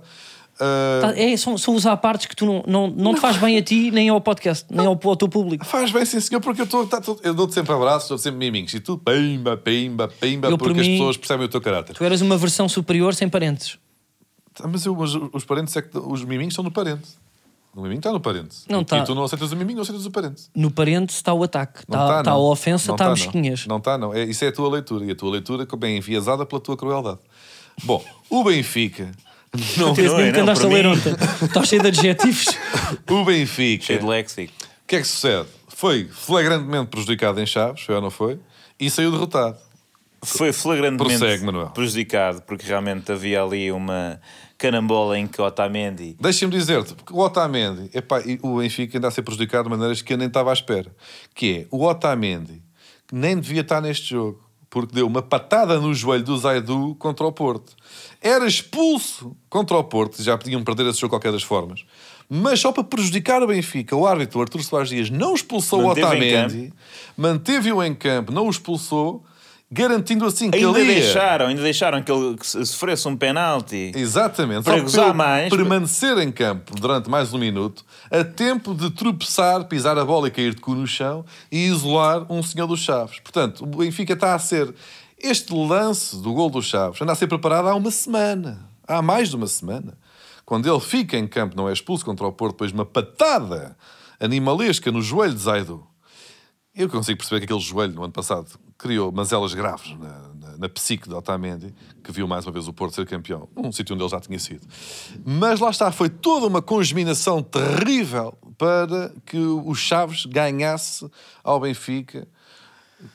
Speaker 3: Ah,
Speaker 1: Tá, é, são, são os à partes que tu não, não, não te faz bem a ti, nem ao podcast, nem ao, ao teu público.
Speaker 3: Faz bem, sim, senhor, porque eu, estou- tá tudo- eu dou-te sempre abraços, dou-te sempre miminhos. E tu, pimba, pimba, pimba,
Speaker 1: Eu, por
Speaker 3: porque as
Speaker 1: mim-
Speaker 3: pessoas percebem o teu caráter.
Speaker 1: Tu eras uma versão superior sem parentes.
Speaker 3: Ah, Mas, eu- mas os parentes é que os miminhos estão no parente. O miminho está no parente.
Speaker 1: Não tá.
Speaker 3: e,
Speaker 1: está.
Speaker 3: e tu não aceitas o miminho, não aceitas o parente.
Speaker 1: no parente está o ataque,
Speaker 3: Não
Speaker 1: está,
Speaker 3: tá,
Speaker 1: está a
Speaker 3: não.
Speaker 1: ofensa,
Speaker 3: Não
Speaker 1: está
Speaker 3: tá,
Speaker 1: a
Speaker 3: não.
Speaker 1: mosquinhas.
Speaker 3: Não está, não. É, isso é a tua leitura. E a tua leitura é bem enviesada pela tua crueldade. Bom, o Benfica
Speaker 2: Não,
Speaker 1: Esse
Speaker 2: não
Speaker 1: mesmo
Speaker 2: é,
Speaker 1: que
Speaker 2: não.
Speaker 1: andaste
Speaker 2: Para
Speaker 1: a ler
Speaker 2: mim,
Speaker 1: ontem. Está cheio de adjetivos.
Speaker 3: O Benfica.
Speaker 2: cheio de léxico.
Speaker 3: O que é que sucede? Foi flagrantemente prejudicado em Chaves, foi ou não foi? E saiu derrotado.
Speaker 2: Foi flagrantemente
Speaker 3: Prossegue, Manuel.
Speaker 2: prejudicado, porque realmente havia ali uma canambola em que Otamendi...
Speaker 3: Deixa-me dizer-te, porque o Otamendi, epá, e o Benfica ainda a ser prejudicado de maneiras que eu nem estava à espera. Que é, o Otamendi, que nem devia estar neste jogo, porque deu uma patada no joelho do Zaidu contra o Porto. Era expulso contra o Porto, já podiam perder esse jogo de qualquer das formas. Mas só para prejudicar o Benfica, o árbitro Artur Soares Dias não expulsou
Speaker 2: Manteve em
Speaker 3: o Otamendi, manteve-o em campo, não o expulsou, garantindo assim que
Speaker 2: Ainda
Speaker 3: ele ia...
Speaker 2: deixaram, ainda deixaram que ele que se- sofresse um penalti.
Speaker 3: Exatamente.
Speaker 2: Para
Speaker 3: Só
Speaker 2: gozar
Speaker 3: pelo
Speaker 2: mais.
Speaker 3: Permanecer em campo durante mais um minuto, a tempo de tropeçar, pisar a bola e cair de cu no chão e isolar um senhor dos Chaves. Portanto, o Benfica está a ser. Este lance do gol dos Chaves anda a ser preparado há uma semana. Há mais de uma semana. Quando ele fica em campo, não é expulso contra o Porto, depois de uma patada animalesca no joelho de Zaidu. Eu consigo perceber que aquele joelho, no ano passado, criou mazelas graves na, na, na psique de Otamendi, que viu mais uma vez o Porto ser campeão, um sítio onde ele já tinha sido. Mas lá está, foi toda uma congeminação terrível para que o Chaves ganhasse ao Benfica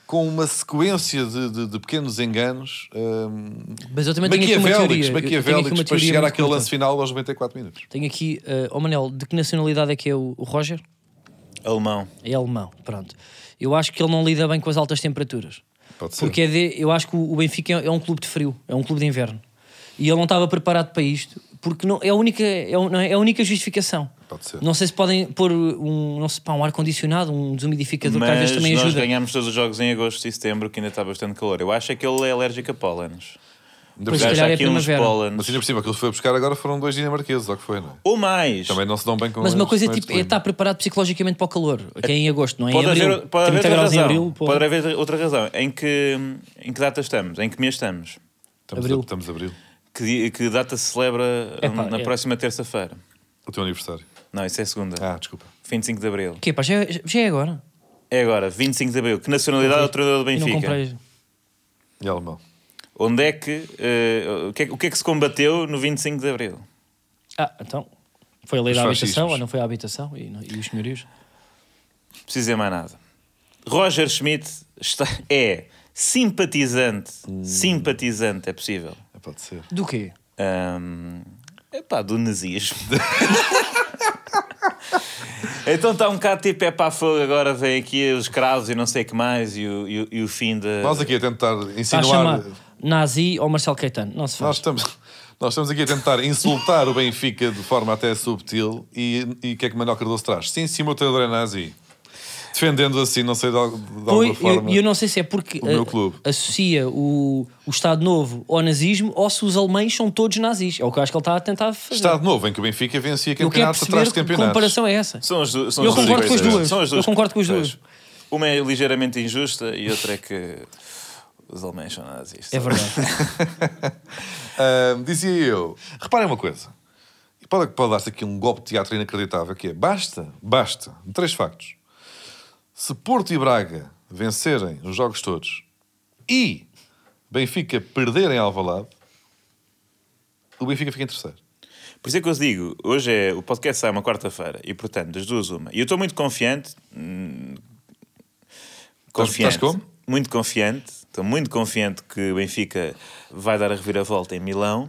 Speaker 3: com uma sequência de, de- de pequenos enganos hum,
Speaker 1: Mas eu também tenho aqui uma
Speaker 3: maquiavélicos,
Speaker 1: teoria. Eu tenho aqui
Speaker 3: maquiavélicos
Speaker 1: uma
Speaker 3: para
Speaker 1: teoria
Speaker 3: chegar
Speaker 1: muito
Speaker 3: àquele
Speaker 1: curta.
Speaker 3: lance final aos 94 minutos.
Speaker 1: Tenho aqui, eh, oh Manel, de que nacionalidade é que é o, o Roger?
Speaker 2: Alemão.
Speaker 1: É alemão, pronto. Eu acho que ele não lida bem com as altas temperaturas.
Speaker 3: Pode ser.
Speaker 1: Porque é de- eu acho que o o Benfica é é um clube de frio, é um clube de inverno. E ele não estava preparado para isto, porque não, é, a única, é, o- não é? É a única justificação.
Speaker 3: Pode ser.
Speaker 1: Não sei se podem pôr um, não sei, pá, um ar-condicionado, um desumidificador, que às
Speaker 2: Mas
Speaker 1: vezes também
Speaker 2: nós
Speaker 1: ajuda.
Speaker 2: ganhámos todos os jogos em agosto e setembro, que ainda está bastante calor. Eu acho é que ele é alérgico a pólenes.
Speaker 1: Pois,
Speaker 3: Ainda por
Speaker 1: se
Speaker 3: cima-
Speaker 1: calhar,
Speaker 2: Gasta
Speaker 1: é
Speaker 2: aqui uns
Speaker 1: primavera.
Speaker 2: pólenes.
Speaker 3: Mas ainda por cima, aquilo que foi buscar agora foram dois dinamarqueses, ou o que foi, não é?
Speaker 2: Ou mais.
Speaker 3: Também não se dão bem com
Speaker 1: Mas uma
Speaker 3: este-
Speaker 1: coisa é
Speaker 3: com este
Speaker 1: tipo, é
Speaker 3: clima.
Speaker 1: estar preparado psicologicamente para o calor, que é em agosto, não é? Em
Speaker 2: Pode
Speaker 1: abril.
Speaker 2: haver, pode haver
Speaker 1: 30
Speaker 2: outra
Speaker 1: graus em
Speaker 2: razão.
Speaker 1: abril, pô.
Speaker 2: pode haver outra razão. Em que, em que data estamos? Em que mês estamos?
Speaker 3: Estamos
Speaker 1: Abril.
Speaker 3: A, estamos a abril.
Speaker 2: Que, di- que data se celebra
Speaker 1: Epá,
Speaker 2: hum, na
Speaker 1: é.
Speaker 2: próxima terça-feira?
Speaker 3: O teu aniversário.
Speaker 2: Não, isso é segunda.
Speaker 3: Ah, desculpa.
Speaker 2: 25 de Abril.
Speaker 1: O quê, pá? Já, é- já é agora.
Speaker 2: É agora, 25 de Abril. Que nacionalidade é o treinador do
Speaker 1: E não
Speaker 2: Benfica?
Speaker 1: comprei.
Speaker 3: E alemão.
Speaker 2: Onde é que, eh, o, que é, que- o que é que se combateu no 25 de Abril?
Speaker 1: Ah, então. Foi a lei
Speaker 3: Os
Speaker 1: da habitação
Speaker 3: fascismos.
Speaker 1: ou não foi a habitação? E, não- e os senhorios?
Speaker 2: Preciso dizer mais nada. Roger Schmidt está- é simpatizante. Simpatizante, é possível.
Speaker 3: É, Pode ser.
Speaker 1: Do quê?
Speaker 2: Hum, epá, do nazismo. então está um bocado tipo, é pá, fogo, agora vem aqui os cravos e não sei o que mais e o, e o- e o fim da...
Speaker 3: Nós aqui a tentar
Speaker 1: Está a
Speaker 3: insinuar.
Speaker 1: chamar Nazi ou Marcelo Caetano? Não se faz.
Speaker 3: Nós estamos, nós estamos aqui a tentar insultar o Benfica de forma até subtil. E e o que é que Manuel Cardoso traz? Sim, sim, o meu treinador é nazi. Defendendo assim, não sei de, al- de alguma
Speaker 1: Pois, eu,
Speaker 3: forma.
Speaker 1: eu não sei se é porque
Speaker 3: O meu
Speaker 1: ah,
Speaker 3: clube.
Speaker 1: associa o, o Estado Novo ao nazismo ou se os alemães são todos nazis. É o que eu acho que ele está a tentar fazer.
Speaker 3: Estado novo em que o Benfica vencia
Speaker 1: eu quero
Speaker 3: campeonatos
Speaker 1: perceber
Speaker 3: atrás de
Speaker 1: que
Speaker 3: campeonatos.
Speaker 1: comparação é essa.
Speaker 2: São as, du- são
Speaker 1: Eu
Speaker 2: as duas
Speaker 1: concordo com as
Speaker 2: coisas.
Speaker 1: duas.
Speaker 2: São as
Speaker 1: Eu
Speaker 2: duas.
Speaker 1: concordo com as
Speaker 2: coisas.
Speaker 1: duas.
Speaker 2: Uma é ligeiramente injusta e outra é que os alemães são nazis.
Speaker 1: É verdade.
Speaker 3: Ahm, dizia eu. Reparem uma coisa. E Pode, pode dar-se aqui um golpe de teatro inacreditável, que é basta, basta, três factos. Se Porto e Braga vencerem os jogos todos e Benfica perderem Alvalade, o Benfica fica em terceiro.
Speaker 2: Por isso é que eu vos digo, hoje é, o podcast sai uma quarta-feira e, portanto, das duas, uma. E eu estou muito confiante. hum,
Speaker 3: estás como?
Speaker 2: Muito confiante. Estou muito confiante que o Benfica vai dar a reviravolta em Milão,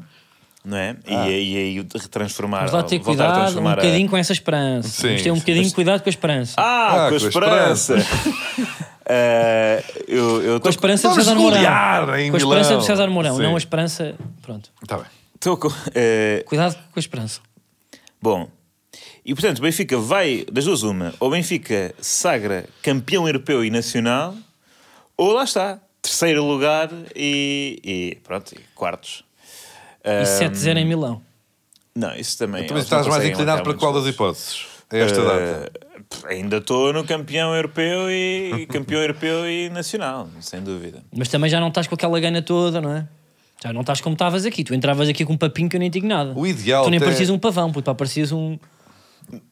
Speaker 2: não é? E
Speaker 3: Ah.
Speaker 2: aí- E aí retransformar.
Speaker 1: Vamos lá
Speaker 3: então
Speaker 1: ter
Speaker 2: voltar a
Speaker 1: cuidado um
Speaker 2: transformar a-
Speaker 1: bocadinho com essa esperança.
Speaker 3: Sim,
Speaker 1: Vamos ter um
Speaker 3: sim.
Speaker 1: bocadinho de cuidado com a esperança.
Speaker 2: Ah,
Speaker 3: Ah,
Speaker 2: com a
Speaker 3: com a
Speaker 2: esperança! Ah, eu, eu
Speaker 1: com a
Speaker 2: estou
Speaker 1: esperança de
Speaker 3: vamos
Speaker 1: César Mourão.
Speaker 3: golear em
Speaker 1: Com a esperança
Speaker 3: Milão.
Speaker 1: de César Mourão,
Speaker 3: Sim.
Speaker 1: não a esperança. Pronto.
Speaker 2: Tá
Speaker 3: Está bem.
Speaker 1: um-
Speaker 2: estou com. eh,
Speaker 1: Cuidado com a esperança.
Speaker 2: Bom, e portanto o Benfica vai, das duas uma, ou o Benfica sagra campeão europeu e nacional, ou lá está, terceiro lugar e, e pronto, e quartos.
Speaker 1: E 7-0 em Milão.
Speaker 2: Não, isso também...
Speaker 3: Então,
Speaker 2: eles
Speaker 3: mas estás
Speaker 2: não
Speaker 3: mais
Speaker 2: conseguem
Speaker 3: inclinado
Speaker 2: marcar
Speaker 3: para qual das
Speaker 2: muitos
Speaker 3: hipóteses? A esta
Speaker 2: golos.
Speaker 3: data.
Speaker 2: Eh, pff, ainda estou no campeão europeu e campeão europeu e nacional, sem dúvida.
Speaker 1: Mas também já não estás com aquela gana toda, não é? Já não estás como estavas aqui. Tu entravas aqui com um papinho que eu nem digo nada.
Speaker 3: O ideal
Speaker 1: Tu nem
Speaker 3: até-
Speaker 1: parecias um pavão, puto, pá, parecias um.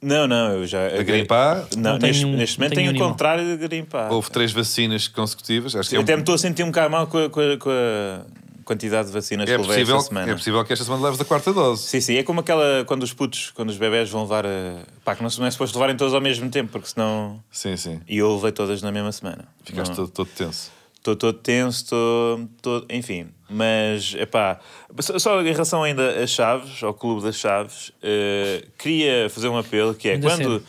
Speaker 2: Não, não, eu já... A
Speaker 3: grimpar?
Speaker 2: Não,
Speaker 1: Não tenho
Speaker 2: neste,
Speaker 1: um- não
Speaker 2: neste momento
Speaker 1: tenho
Speaker 2: tenho o
Speaker 1: animal.
Speaker 2: contrário de grimpar.
Speaker 3: Houve três vacinas consecutivas. Acho que
Speaker 2: Eu
Speaker 3: é um-
Speaker 2: até me estou a sentir um bocado mal com a, com a- com a- quantidade de vacinas
Speaker 3: É
Speaker 2: que levei
Speaker 3: possível,
Speaker 2: esta semana.
Speaker 3: é possível que esta semana leves a quarta dose.
Speaker 2: Sim, sim, é como aquela quando os putos, quando os bebés vão levar. a- Pá, que não, se- não é suposto levarem todos ao mesmo tempo, porque senão.
Speaker 3: Sim, sim.
Speaker 2: E eu levei todas na mesma semana.
Speaker 3: Ficaste
Speaker 2: Não-
Speaker 3: todo, todo tenso.
Speaker 2: Estou todo tenso, estou. todo- Enfim, mas epá, só, só em relação ainda às chaves, ao clube das chaves, eh, queria fazer um apelo que é
Speaker 1: Ainda
Speaker 2: quando,
Speaker 1: cedo.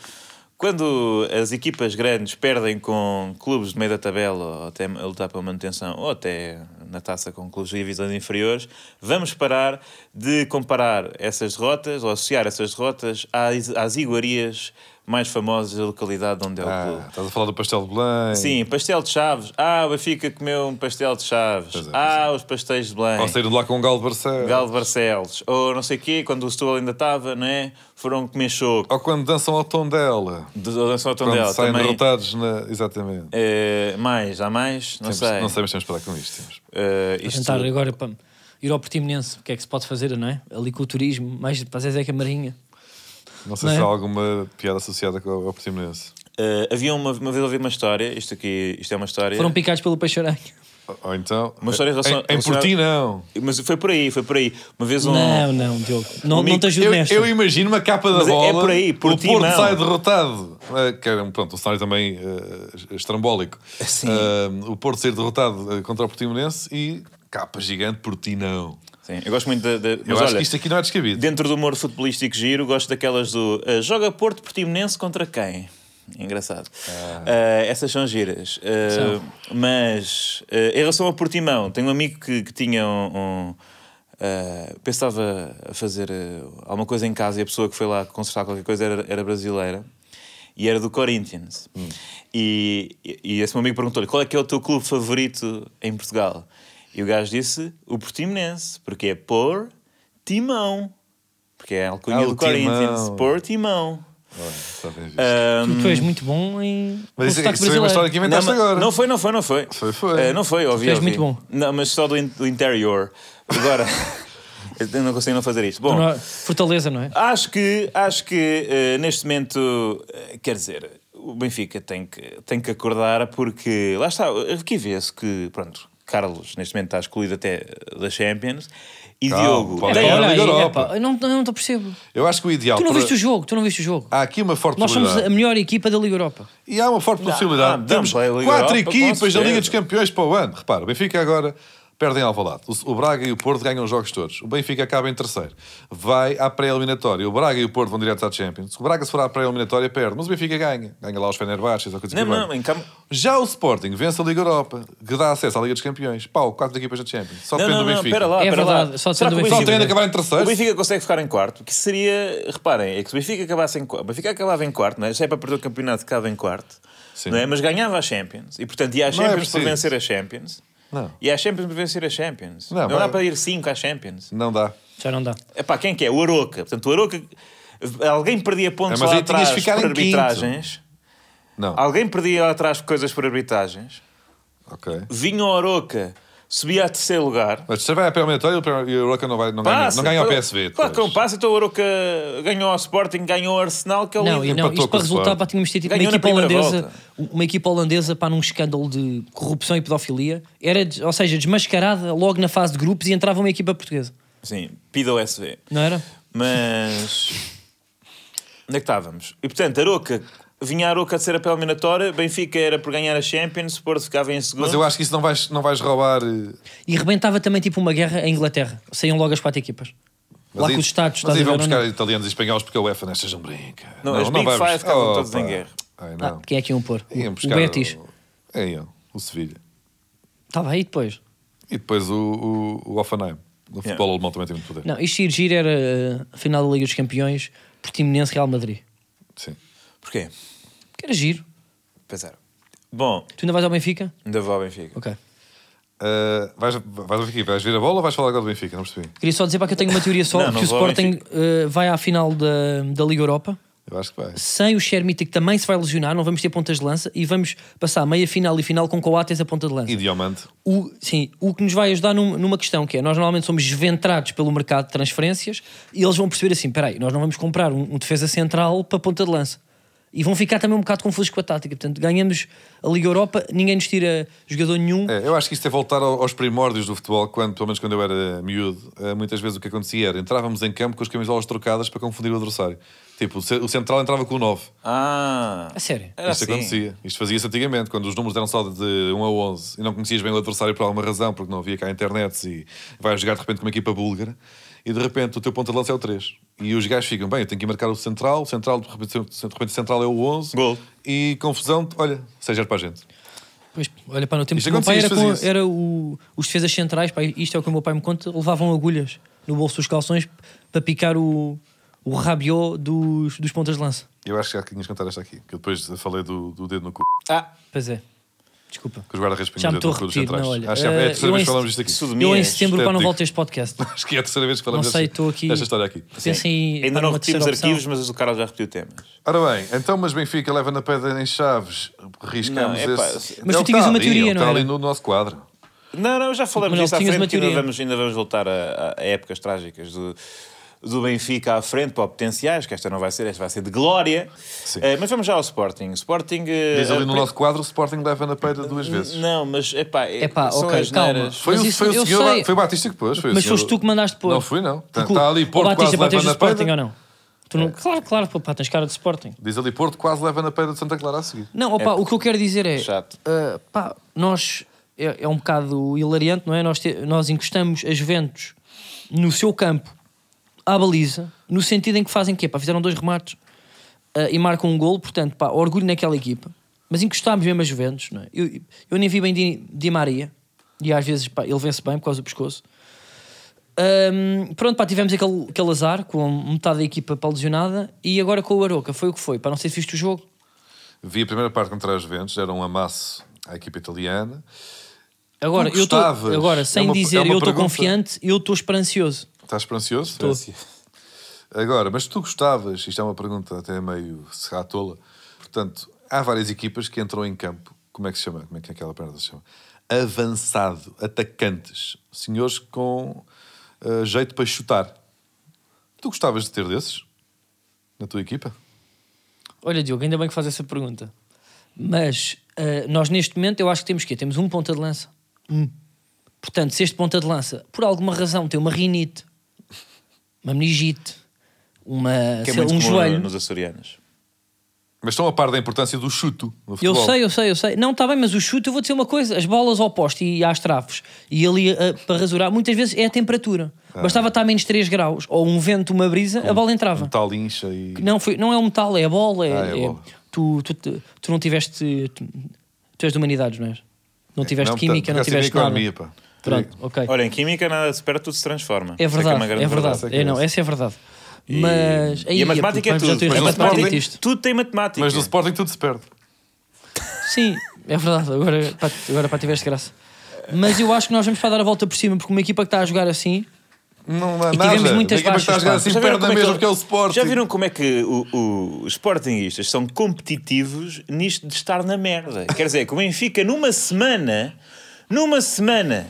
Speaker 2: quando as equipas grandes perdem com clubes de meio da tabela ou até a lutar pela manutenção ou até na taça com clubes de divisões inferiores, vamos parar de comparar essas derrotas ou associar essas derrotas às, às iguarias mais famosas da localidade onde é o clube.
Speaker 3: Ah, estás a falar do pastel de Belém.
Speaker 2: Sim, pastel de chaves. Ah, o Benfica comeu um pastel de chaves.
Speaker 3: Pois é, pois
Speaker 2: ah, os pastéis de Belém.
Speaker 3: Ou saíram de lá com um galo de Barcelos.
Speaker 2: Galo de Barcelos. Ou não sei o quê, quando o Setúbal ainda estava, não é? Foram comer choco.
Speaker 3: Ou quando dançam ao tom dela.
Speaker 2: Do- do- Dançou ao tom
Speaker 3: Quando
Speaker 2: dela
Speaker 3: saem
Speaker 2: também.
Speaker 3: derrotados na... Exatamente.
Speaker 2: Eh, mais, há mais? Não
Speaker 3: Temos-
Speaker 2: sei.
Speaker 3: não sei, mas temos que parar com isto. temos.
Speaker 2: Eh, isto-
Speaker 1: Tentar agora para ir ao Portimonense, o que é que se pode fazer, não é? Ali com o turismo, mais para Zé Zeca Marinha.
Speaker 3: Não sei
Speaker 1: Não
Speaker 3: se
Speaker 1: é?
Speaker 3: há alguma piada associada com- ao Portimonense.
Speaker 2: Eh, havia uma, uma vez ouvi uma história. Isto aqui, isto é uma história.
Speaker 1: Foram picados pelo peixe-aranha.
Speaker 3: Ou- Ou então...
Speaker 2: Uma história
Speaker 3: em,
Speaker 2: relacion-
Speaker 3: em Portim, não.
Speaker 2: Mas foi por aí, foi por aí. Uma vez um.
Speaker 1: Não, não, Diogo. Não,
Speaker 2: Mico-
Speaker 1: não te ajudo
Speaker 3: Eu,
Speaker 1: nesta.
Speaker 3: eu imagino uma capa da
Speaker 2: Mas é- é
Speaker 3: bola.
Speaker 2: por aí, por
Speaker 3: o
Speaker 2: ti,
Speaker 3: Porto
Speaker 2: não.
Speaker 3: sai derrotado. Ah, Que era um- pronto, um cenário também ah, estrambólico.
Speaker 2: Sim.
Speaker 3: Ah, o Porto sair derrotado ah, contra o Portimonense e capa gigante por ti, não.
Speaker 2: Sim, eu gosto muito da. da-
Speaker 3: Eu
Speaker 2: mas
Speaker 3: acho
Speaker 2: olha,
Speaker 3: que isto aqui não é descabido.
Speaker 2: Dentro do humor futebolístico giro, gosto daquelas do eh, joga Porto Portimonense contra quem? Engraçado. Eh, essas são giras. Eh,
Speaker 1: São.
Speaker 2: Mas eh, em relação ao Portimão, tenho um amigo que, que tinha um. um, eh, pensava a fazer eh, alguma coisa em casa e a pessoa que foi lá consertar qualquer coisa era, era brasileira e era do Corinthians. E, e- e esse meu amigo perguntou-lhe qual é que é o teu clube favorito em Portugal? E o gajo disse o Portimonense, porque é por Timão. Porque é a alcunha
Speaker 3: Ah, o
Speaker 2: do Corinthians.
Speaker 3: Timão.
Speaker 2: Por Timão.
Speaker 3: Olha, está bem visto.
Speaker 2: Ahm,
Speaker 1: Tu, tu és muito bom em.
Speaker 3: Hum. Mas
Speaker 1: com
Speaker 3: isso,
Speaker 1: sotaque
Speaker 3: isso foi uma
Speaker 1: brasileiro.
Speaker 3: história que é
Speaker 2: não,
Speaker 3: inventaste
Speaker 2: mas-
Speaker 3: agora.
Speaker 2: não foi, não foi, não foi.
Speaker 3: Foi, foi.
Speaker 2: Ah, não foi, ouvi.
Speaker 1: Tu és
Speaker 2: ouvi.
Speaker 1: muito bom.
Speaker 2: Não, mas só do, in- do interior. Agora, eu não consigo não fazer isto. Bom,
Speaker 1: Não é- Fortaleza, não é?
Speaker 2: Acho que, acho que eh, neste momento, eh, quer dizer, o Benfica tem que, tem que acordar porque lá está, aqui vê-se que, pronto, Carlos neste momento está excluído até da Champions e
Speaker 3: Calma,
Speaker 2: Diogo
Speaker 3: pode
Speaker 1: Epá,
Speaker 3: ganhar a
Speaker 1: olha aí,
Speaker 3: Ah, é, Liga Europa. Ah,
Speaker 1: epá, eu não, eu não te percebo.
Speaker 3: Eu acho que o ideal.
Speaker 1: Tu não
Speaker 3: para-
Speaker 1: viste o jogo, tu não viste o jogo.
Speaker 3: Há aqui uma forte
Speaker 1: Nós somos
Speaker 3: possibilidade.
Speaker 1: a melhor equipa da Liga Europa.
Speaker 3: E há uma forte
Speaker 2: ah,
Speaker 3: possibilidade.
Speaker 2: damos
Speaker 3: Temos
Speaker 2: para a
Speaker 3: quatro
Speaker 2: Liga Europa, com
Speaker 3: equipas da Liga dos
Speaker 2: certeza.
Speaker 3: Campeões para o ano. Repara, o Benfica agora perdem Alvalade. O o Braga e o Porto ganham os jogos todos. O Benfica acaba em terceiro. Vai à pré-eliminatória. O Braga e o Porto vão direto à Champions. O Braga, se for à pré-eliminatória, perde. Mas o Benfica ganha. Ganha lá os Fenerbahçes ou coisa
Speaker 2: Não,
Speaker 3: que valha.
Speaker 2: não, em campo-
Speaker 3: Já o Sporting vence a Liga Europa, que dá acesso à Liga dos Campeões. Pau, quatro equipas da Champions. Só
Speaker 2: Não,
Speaker 3: depende
Speaker 2: não,
Speaker 3: do
Speaker 2: não,
Speaker 3: Benfica.
Speaker 2: pera lá,
Speaker 1: É
Speaker 2: pera
Speaker 1: verdade,
Speaker 2: lá.
Speaker 1: só
Speaker 2: Será
Speaker 1: depende
Speaker 2: que
Speaker 1: do
Speaker 2: o
Speaker 1: Benfica.
Speaker 3: Só tem de acabar em
Speaker 2: O
Speaker 3: terceiro.
Speaker 2: Benfica consegue ficar em quarto, que seria, reparem, é que se o Benfica acabasse em quarto, o Benfica acabava em quarto, não é? Já é para perder o campeonato, acaba em quarto,
Speaker 3: Sim.
Speaker 2: não é? Mas ganhava a Champions e, portanto, ia à
Speaker 3: Não é
Speaker 2: Champions para
Speaker 3: preciso.
Speaker 2: vencer a Champions.
Speaker 3: Não.
Speaker 2: E à Champions para vencer a Champions.
Speaker 3: Não,
Speaker 2: Não,
Speaker 3: vai-
Speaker 2: dá para ir cinco à Champions.
Speaker 3: Não dá.
Speaker 1: Já não dá.
Speaker 3: Então
Speaker 2: Epá, quem que é? O Aroca. Portanto, o Aroca. Alguém perdia pontos
Speaker 3: É, mas
Speaker 2: lá
Speaker 3: aí tinhas
Speaker 2: atrás
Speaker 3: de ficar
Speaker 2: por
Speaker 3: em quinto.
Speaker 2: arbitragens.
Speaker 3: Não.
Speaker 2: Alguém perdia lá atrás coisas por arbitragens.
Speaker 3: Ok.
Speaker 2: Vinha o Aroca, subia a terceiro lugar.
Speaker 3: Mas se vai à pré-eliminatória e o pré- e o Roca não, vai, não, ganha,
Speaker 2: Passa,
Speaker 3: não ganha ao
Speaker 2: claro-
Speaker 3: PSV.
Speaker 2: Claro que não
Speaker 3: depois.
Speaker 2: passa, então o Aroca ganhou ao Sporting, ganhou ao Arsenal, que é o
Speaker 1: Não,
Speaker 2: líder.
Speaker 1: e não,
Speaker 3: empatou
Speaker 1: isto
Speaker 3: com o
Speaker 1: para resultar,
Speaker 3: Sporting.
Speaker 1: pá, tínhamos tido uma
Speaker 2: Ganhou na
Speaker 1: equipa
Speaker 2: primeira
Speaker 1: holandesa, uma equipa holandesa para num escândalo de corrupção e pedofilia, era, des- ou seja, desmascarada logo na fase de grupos e entrava uma equipa portuguesa,
Speaker 2: Sim, pida o SV.
Speaker 1: não era?
Speaker 2: Mas. Onde é que estávamos? E portanto, Aroca. Vinha a Aroca a ser a pela eliminatória, Benfica era por ganhar a Champions, Porto ficava em segundo.
Speaker 3: Mas eu acho que isso não vais, não vais roubar. eh,
Speaker 1: E rebentava também tipo uma guerra em Inglaterra, saíam logo as quatro equipas.
Speaker 3: Mas
Speaker 1: Lá
Speaker 3: aí-
Speaker 1: com os Estados,
Speaker 3: Mas
Speaker 1: estás
Speaker 3: aí
Speaker 1: a ver?
Speaker 3: vão
Speaker 1: ou
Speaker 3: buscar
Speaker 1: não? é?
Speaker 3: italianos e espanhóis porque a UEFA nestas não é, brinca.
Speaker 2: Não, as Big Five estavam todos em
Speaker 3: pá.
Speaker 2: guerra.
Speaker 3: Ai,
Speaker 1: Ah,
Speaker 3: não.
Speaker 1: quem é que iam pôr?
Speaker 3: Iam
Speaker 1: O
Speaker 3: buscar
Speaker 1: Betis.
Speaker 3: o- É, iam. O Sevilha.
Speaker 1: Estava aí depois.
Speaker 3: E depois o, o, o Offenheim. O futebol alemão também tem muito poder.
Speaker 1: Não, isto ir giro era eh, a final da Liga dos Campeões, Portimonense Real Madrid.
Speaker 3: Sim.
Speaker 2: Porquê?
Speaker 1: Que era giro.
Speaker 2: Pensar. Bom,
Speaker 1: Tu ainda vais ao Benfica?
Speaker 2: ainda vou ao Benfica.
Speaker 1: Ok.
Speaker 3: Ah, vais, vais, aqui, vais ver a bola ou vais falar agora do Benfica? Não percebi.
Speaker 1: Queria só dizer para que eu tenho uma teoria só,
Speaker 2: Não, não
Speaker 1: que o
Speaker 2: vou ao
Speaker 1: Sporting eh, vai à final da, da Liga Europa,
Speaker 3: Eu acho que vai.
Speaker 1: sem o Schermitic que também se vai lesionar, não vamos ter pontas de lança e vamos passar meia final e final com Coates a ponta de lança.
Speaker 3: E Diamante.
Speaker 1: O, sim, o que nos vai ajudar num- numa questão que é, nós normalmente somos ventrados pelo mercado de transferências e eles vão perceber assim, espera aí, nós não vamos comprar um, um defesa central para ponta de lança. E vão ficar também um bocado confusos com a tática. Portanto, ganhamos a Liga Europa, ninguém nos tira jogador nenhum.
Speaker 3: É, eu acho que isto é voltar ao- aos primórdios do futebol, quando, pelo menos quando eu era miúdo, eh, muitas vezes o que acontecia era entrávamos em campo com as camisolas trocadas para confundir o adversário. Tipo, o ce- o central entrava com o 9.
Speaker 2: Ah.
Speaker 1: A sério.
Speaker 2: Era
Speaker 3: Isto
Speaker 2: assim.
Speaker 3: acontecia. Isto fazia-se antigamente, quando os números eram só de 1 a 11 e não conhecias bem o adversário por alguma razão, porque não havia cá internet e vais jogar de repente com uma equipa búlgara e de repente o teu ponta de lança é o 3. E os gajos ficam, bem, eu tenho que ir marcar o central, o central, de repente, de repente o central é o 11
Speaker 2: Gol.
Speaker 3: e confusão, olha, seja para a gente.
Speaker 1: Pois, olha, para no tempo
Speaker 3: Isto
Speaker 1: do meu pai
Speaker 3: acontecia,
Speaker 1: era,
Speaker 3: isto
Speaker 1: com,
Speaker 3: fazia-se.
Speaker 1: era o- os defesas centrais, pá, isto é o que o meu pai me conta, levavam agulhas no bolso dos calções p- para picar o, o rabiô dos, dos pontas de lança.
Speaker 3: Eu acho que já tinhas que contar esta aqui, que eu depois falei do, do dedo no cu,
Speaker 2: Ah,
Speaker 1: Pois é. Desculpa.
Speaker 3: que os guarda-redes
Speaker 1: Já
Speaker 3: punham
Speaker 1: me
Speaker 3: o dedo
Speaker 1: estou a
Speaker 3: no cu dos
Speaker 1: repetir,
Speaker 3: centrais.
Speaker 1: não, olha.
Speaker 3: Acho que é a
Speaker 1: Eh,
Speaker 3: terceira
Speaker 1: eu
Speaker 3: vez
Speaker 1: em-
Speaker 3: que falamos disto aqui.
Speaker 2: Sodomia.
Speaker 1: Eu em
Speaker 2: Minhas,
Speaker 1: setembro, para não
Speaker 3: é estético.
Speaker 1: voltar este podcast.
Speaker 3: Acho que é a terceira vez que falamos
Speaker 1: Não sei,
Speaker 3: desta-
Speaker 1: estou aqui-
Speaker 3: desta história aqui.
Speaker 1: Pensem em
Speaker 2: ainda não
Speaker 1: uma terceira
Speaker 2: repetimos
Speaker 1: opção.
Speaker 2: arquivos, mas o Carlos já repetiu temas.
Speaker 3: Ora bem, então, mas Benfica leva na pedra em Chaves, riscamos
Speaker 2: Não, é pá,
Speaker 3: esse.
Speaker 1: Mas
Speaker 3: É
Speaker 1: tu
Speaker 3: o que
Speaker 1: tinhas
Speaker 3: está
Speaker 1: uma
Speaker 3: ali,
Speaker 1: teoria,
Speaker 3: é o que
Speaker 1: não
Speaker 3: Está
Speaker 1: era?
Speaker 3: ali no nosso quadro.
Speaker 2: Não, não, já falamos
Speaker 1: Manuel,
Speaker 2: disso à
Speaker 1: tinhas
Speaker 2: frente,
Speaker 1: uma
Speaker 2: que ainda
Speaker 1: teoria.
Speaker 2: vamos, ainda vamos voltar a, a- a épocas trágicas do, do Benfica à frente, para o potenciais, que esta não vai ser, esta vai ser de glória. Eh, mas vamos já ao Sporting. Sporting. eh,
Speaker 3: Diz ali no
Speaker 2: eh,
Speaker 3: nosso quadro, o Sporting leva na pedra duas vezes.
Speaker 2: Não, mas epá, é
Speaker 1: Epá,
Speaker 2: são
Speaker 1: ok,
Speaker 2: as
Speaker 1: calma.
Speaker 2: neiras.
Speaker 3: Foi,
Speaker 1: Mas
Speaker 3: o-
Speaker 1: isso
Speaker 3: foi o
Speaker 1: eu
Speaker 3: senhor,
Speaker 1: sei.
Speaker 3: foi o Batista que pôs. Foi o
Speaker 1: Mas
Speaker 3: senhor-
Speaker 1: foste tu que mandaste pôr.
Speaker 3: Não fui, não. Está
Speaker 1: Porque o-
Speaker 3: ali,
Speaker 1: o
Speaker 3: Porto
Speaker 1: Batista
Speaker 3: quase
Speaker 1: bateu
Speaker 3: leva
Speaker 1: do
Speaker 3: na
Speaker 1: Sporting ou
Speaker 3: pedra.
Speaker 1: não? Tu não? Claro, claro, pô, pá, tens cara de Sporting.
Speaker 3: Diz ali, Porto quase leva na pedra de Santa Clara a seguir.
Speaker 1: Não, opa, o que eu quero dizer é.
Speaker 2: Chato.
Speaker 1: ah, pá, nós. É, é um bocado hilariante, não é? Nós, te- nós encostamos as Juventus no seu campo, à baliza, no sentido em que fazem quê? Pá, fizeram dois remates ah, e marcam um gol, portanto, pá, orgulho naquela equipa. Mas encostámos mesmo as Juventus, não é? Eu, eu nem vi bem Di, Di Maria, e às vezes pá, ele vence bem por causa do pescoço. Ahm, pronto, pá, tivemos aquele, aquele azar com metade da equipa pá, lesionada e agora com o Aroca, foi o que foi. Para não sei se viste o jogo.
Speaker 3: Vi a primeira parte contra os Juventus, era um amasso à equipa italiana.
Speaker 1: Agora,
Speaker 3: Tu
Speaker 1: eu tô,
Speaker 3: gostavas?
Speaker 1: agora sem
Speaker 3: É uma-
Speaker 1: dizer
Speaker 3: é uma
Speaker 1: eu estou
Speaker 3: pergunta.
Speaker 1: confiante, eu estou esperancioso.
Speaker 3: Estás ansioso? Agora, mas tu gostavas, isto é uma pergunta até meio se à tola, portanto, há várias equipas que entram em campo, como é que se chama? Como é que aquela perna se chama? Avançado, atacantes, senhores com ah, jeito para chutar. Tu gostavas de ter desses na tua equipa?
Speaker 1: Olha, Diogo, ainda bem que faz essa pergunta. Mas ah, nós neste momento eu acho que temos quê? Temos um ponta de lança.
Speaker 3: Hum.
Speaker 1: Um. Portanto, se este ponta de lança, por alguma razão, tem uma rinite, uma meningite, uma,
Speaker 2: Que
Speaker 1: sei
Speaker 2: é
Speaker 1: lá,
Speaker 2: muito
Speaker 1: um
Speaker 2: comum
Speaker 1: joelho.
Speaker 2: nos açorianos.
Speaker 3: Mas estão a par da importância do chuto no
Speaker 1: Eu
Speaker 3: futebol.
Speaker 1: sei, eu sei, eu sei. Não, está bem, mas o chute, eu vou dizer uma coisa: as bolas ao poste e às traves e ali ah, para rasurar, muitas vezes é a temperatura.
Speaker 3: Ah.
Speaker 1: Bastava estar a menos 3 graus ou um vento, uma brisa, a bola entrava.
Speaker 3: Um tal incha e...
Speaker 1: Que Não, foi, não é o metal, é a bola. É,
Speaker 3: Ah, é a
Speaker 1: é-
Speaker 3: bola.
Speaker 1: tu, tu, tu, tu não tiveste. Tu, tu és de humanidades, não és? Não tiveste
Speaker 3: Não,
Speaker 1: química, não
Speaker 3: portanto, por acaso
Speaker 1: tiveste
Speaker 3: tive
Speaker 1: nada.
Speaker 3: é economia, pá.
Speaker 1: Pronto, ok.
Speaker 2: Olha, em química nada se perde, tudo se transforma.
Speaker 1: é
Speaker 2: Isso que
Speaker 1: verdade,
Speaker 2: uma
Speaker 1: é,
Speaker 2: grande
Speaker 1: verdade.
Speaker 3: verdade.
Speaker 1: É, não, essa é verdade. Mas.
Speaker 2: E a matemática é
Speaker 1: puto, vamos já
Speaker 2: tudo.
Speaker 1: ter-
Speaker 3: Mas
Speaker 1: A
Speaker 3: no
Speaker 1: matemática é
Speaker 3: Sporting-
Speaker 1: isto.
Speaker 2: Tudo tem matemática.
Speaker 3: Mas no Sporting tudo se perde.
Speaker 1: Sim, é verdade. Agora, pá, agora pá, tiveste graça. Mas eu acho que nós vamos para dar a volta por cima, porque uma equipa que está a jogar assim.
Speaker 3: Não há
Speaker 1: E
Speaker 3: nada.
Speaker 1: tivemos muitas
Speaker 3: A equipa que está a
Speaker 1: baixas,
Speaker 3: jogar
Speaker 1: pá.
Speaker 3: assim
Speaker 2: Já viram
Speaker 3: perde
Speaker 2: como é que
Speaker 3: mesmo,
Speaker 2: ele-
Speaker 3: porque é o Sporting.
Speaker 2: Já viram como é que o- o- os Sportingistas são competitivos nisto de estar na merda? Quer dizer, que o Benfica numa semana, numa semana,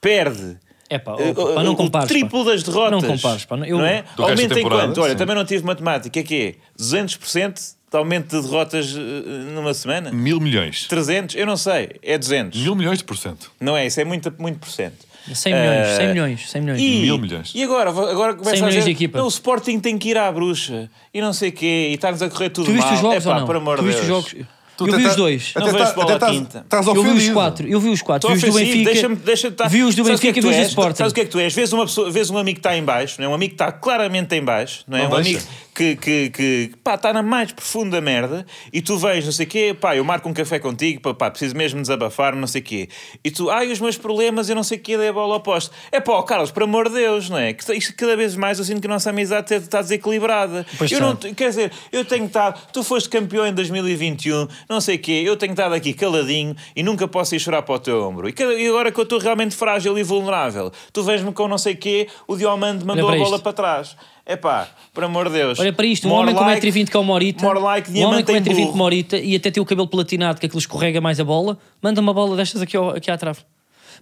Speaker 2: perde.
Speaker 1: É pá,
Speaker 2: eh,
Speaker 1: oh, pá, não
Speaker 2: o-
Speaker 1: compares,
Speaker 2: O
Speaker 1: pá.
Speaker 2: triplo das derrotas.
Speaker 1: Não compares, pá, não- eu-
Speaker 2: não é?
Speaker 3: Do resto da
Speaker 2: Aumenta em
Speaker 3: temporada,
Speaker 2: quanto? Olha,
Speaker 3: sim.
Speaker 2: também não tive matemática. É que é? 200% de aumento de derrotas eh, numa semana?
Speaker 3: Mil milhões.
Speaker 2: 300? Eu não sei. É 200.
Speaker 3: Mil milhões de por cento.
Speaker 2: Não é? Isso é muito, muito por cento.
Speaker 1: 100 milhões,
Speaker 2: Eh,
Speaker 1: 100 milhões, 100 milhões.
Speaker 2: E,
Speaker 3: Mil milhões.
Speaker 2: E agora, agora começa
Speaker 1: 100
Speaker 2: a
Speaker 1: milhões
Speaker 2: dizer,
Speaker 1: de equipa.
Speaker 2: "Não, o Sporting tem que ir à bruxa e não sei o quê, e está-nos a correr tudo
Speaker 1: Tu viste
Speaker 2: mal.
Speaker 1: os jogos
Speaker 2: Epá,
Speaker 1: ou não?
Speaker 2: por amor
Speaker 1: tu
Speaker 2: de
Speaker 1: viste
Speaker 2: Deus.
Speaker 1: os jogos? eu vi os dois.
Speaker 2: Não vejo bola à quinta.
Speaker 3: Estás
Speaker 1: Eu
Speaker 3: ofendido.
Speaker 1: vi os quatro, eu vi os quatro.
Speaker 2: Estou
Speaker 1: Vi os do
Speaker 2: ofensivo,
Speaker 1: Benfica.
Speaker 2: deixa-me- deixa- tá-
Speaker 1: vi os do
Speaker 2: sabes o que é
Speaker 1: Benfica
Speaker 2: que
Speaker 1: e
Speaker 2: tu
Speaker 1: vi os do
Speaker 2: és?
Speaker 1: Sporting.
Speaker 2: Sabes o que é que tu és? Vês, uma pessoa, vês um amigo que está em baixo, não é? um amigo que está claramente em baixo, não é?
Speaker 3: Não
Speaker 2: um
Speaker 3: deixa.
Speaker 2: amigo que, que, que pá, está na mais profunda merda e tu vens, não sei o quê, pá, eu marco um café contigo, pá, pá, preciso mesmo desabafar, não sei o quê. E tu, ai, os meus problemas, eu não sei o quê, dei a bola ao poste. É pá, ó, Carlos, por amor de Deus, não é? Que isto cada vez mais eu sinto que a nossa amizade está desequilibrada.
Speaker 1: Pois
Speaker 2: eu
Speaker 1: está.
Speaker 2: não, te- quer dizer, eu tenho estado, tu foste campeão em 2021, não sei o quê, eu tenho estado aqui caladinho e nunca posso ir chorar para o teu ombro. E, cada- e agora que eu estou realmente frágil e vulnerável, tu vens-me com não sei o quê, o Diomande mandou
Speaker 1: para
Speaker 2: a bola
Speaker 1: isto.
Speaker 2: para trás. É pá, por amor de Deus.
Speaker 1: Olha para isto, um
Speaker 2: More
Speaker 1: homem
Speaker 2: like-
Speaker 1: com 1,20m que é o Morita,
Speaker 2: More like
Speaker 1: um homem
Speaker 2: diamante
Speaker 1: com
Speaker 2: em
Speaker 1: 1,20m
Speaker 2: burro.
Speaker 1: Morita e até tem o cabelo platinado que aquilo escorrega mais a bola, manda uma bola destas aqui, ao- aqui à trave.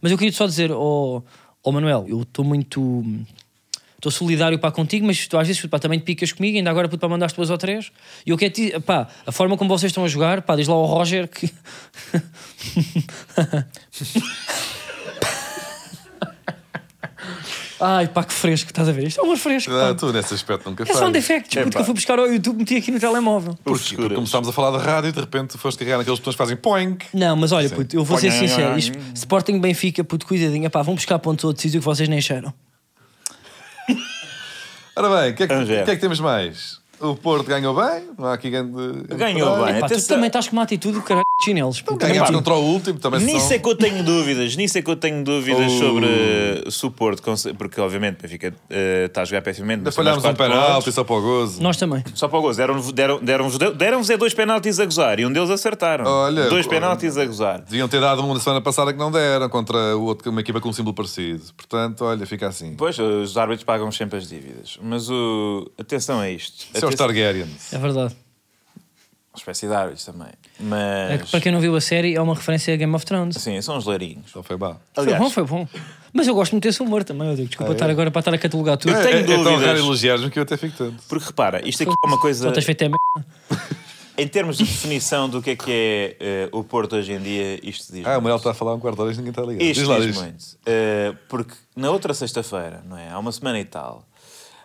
Speaker 1: Mas eu queria só dizer, ó oh, Manuel, eu estou muito estou solidário pá, contigo, mas tu às vezes puto, pá, também te picas comigo, ainda agora puto, pá, mandaste duas ou três. E eu quero te, pá, a forma como vocês estão a jogar, pá, diz lá ao Roger que. Ai pá, que fresco, estás a ver? Isto é um humor fresco.
Speaker 3: Ah,
Speaker 1: pá.
Speaker 3: tu nesse aspecto nunca
Speaker 1: É
Speaker 3: falhas.
Speaker 1: só um defecto, puto, que eu fui buscar ao YouTube, meti aqui no telemóvel.
Speaker 3: Porquê? Porque começámos a falar de rádio e de repente foste carregar naqueles botões que fazem poink.
Speaker 1: Não, mas olha, puto, eu vou ser
Speaker 2: Olha,
Speaker 1: sincero.
Speaker 2: olha,
Speaker 1: Isto,
Speaker 2: olha.
Speaker 1: Sporting Benfica, puto, cuidadinho, pá, vão buscar pontos a outro sítio que vocês nem acharam.
Speaker 3: Ora bem, o que, é que,
Speaker 2: Angel.
Speaker 3: o que é que temos mais? O Porto ganhou bem, não há aqui grande.
Speaker 2: Ganhou bem.
Speaker 1: Pá, tu
Speaker 2: Atenção.
Speaker 1: também estás com uma atitude do caralho de chinelos. puto. Também
Speaker 3: Ganhámos
Speaker 1: te digo.
Speaker 3: contra o último, também
Speaker 2: Nisso
Speaker 3: são...
Speaker 2: é que eu tenho dúvidas, nisso é que eu tenho dúvidas
Speaker 3: Oh.
Speaker 2: sobre eh, suporte, porque obviamente Benfica eh, está a jogar pessimamente.
Speaker 3: Ainda
Speaker 2: mas tem mais
Speaker 3: falhámos um
Speaker 2: quatro
Speaker 3: penalti
Speaker 2: pontos.
Speaker 3: só para o gozo.
Speaker 1: Nós também.
Speaker 2: Só para o gozo, deram-vos deram, deram deram é dois penaltis a gozar e um deles acertaram.
Speaker 3: Olha,
Speaker 2: dois
Speaker 3: olha.
Speaker 2: penaltis a gozar.
Speaker 3: Deviam ter dado um na semana passada que não deram contra o outro, uma equipa com um símbolo parecido. Portanto, olha, fica assim.
Speaker 2: Pois, os árbitros pagam sempre as dívidas. Mas o. Atenção a isto.
Speaker 3: Isso é os
Speaker 2: Atenção-
Speaker 3: Targaryens.
Speaker 1: É verdade.
Speaker 2: Uma espécie de árbitros também.
Speaker 1: É que,
Speaker 2: Mas.
Speaker 1: para quem não viu a série, é uma referência a Game of Thrones.
Speaker 2: Sim, são os leirinhos.
Speaker 3: Então foi bá.
Speaker 1: Foi bom, foi bom. Mas eu gosto muito desse humor também, eu digo. Desculpa estar agora para estar a catalogar tudo.
Speaker 2: Eu
Speaker 3: É,
Speaker 2: tenho
Speaker 3: é tão
Speaker 2: dúvidas.
Speaker 3: raro elogiar-me que eu até fico tanto.
Speaker 2: Porque repara, isto aqui é uma coisa.
Speaker 1: Só tens feito é merda.
Speaker 2: Em termos de definição do que é que é eh, o Porto hoje em dia, isto diz.
Speaker 3: Ah, o
Speaker 2: muito.
Speaker 3: Manuel está a falar um quarto de hora e ninguém está ligado.
Speaker 2: Isto
Speaker 3: diz lá,
Speaker 2: diz
Speaker 3: diz.
Speaker 2: muito. Eh, porque na outra sexta-feira, não é? Há uma semana e tal,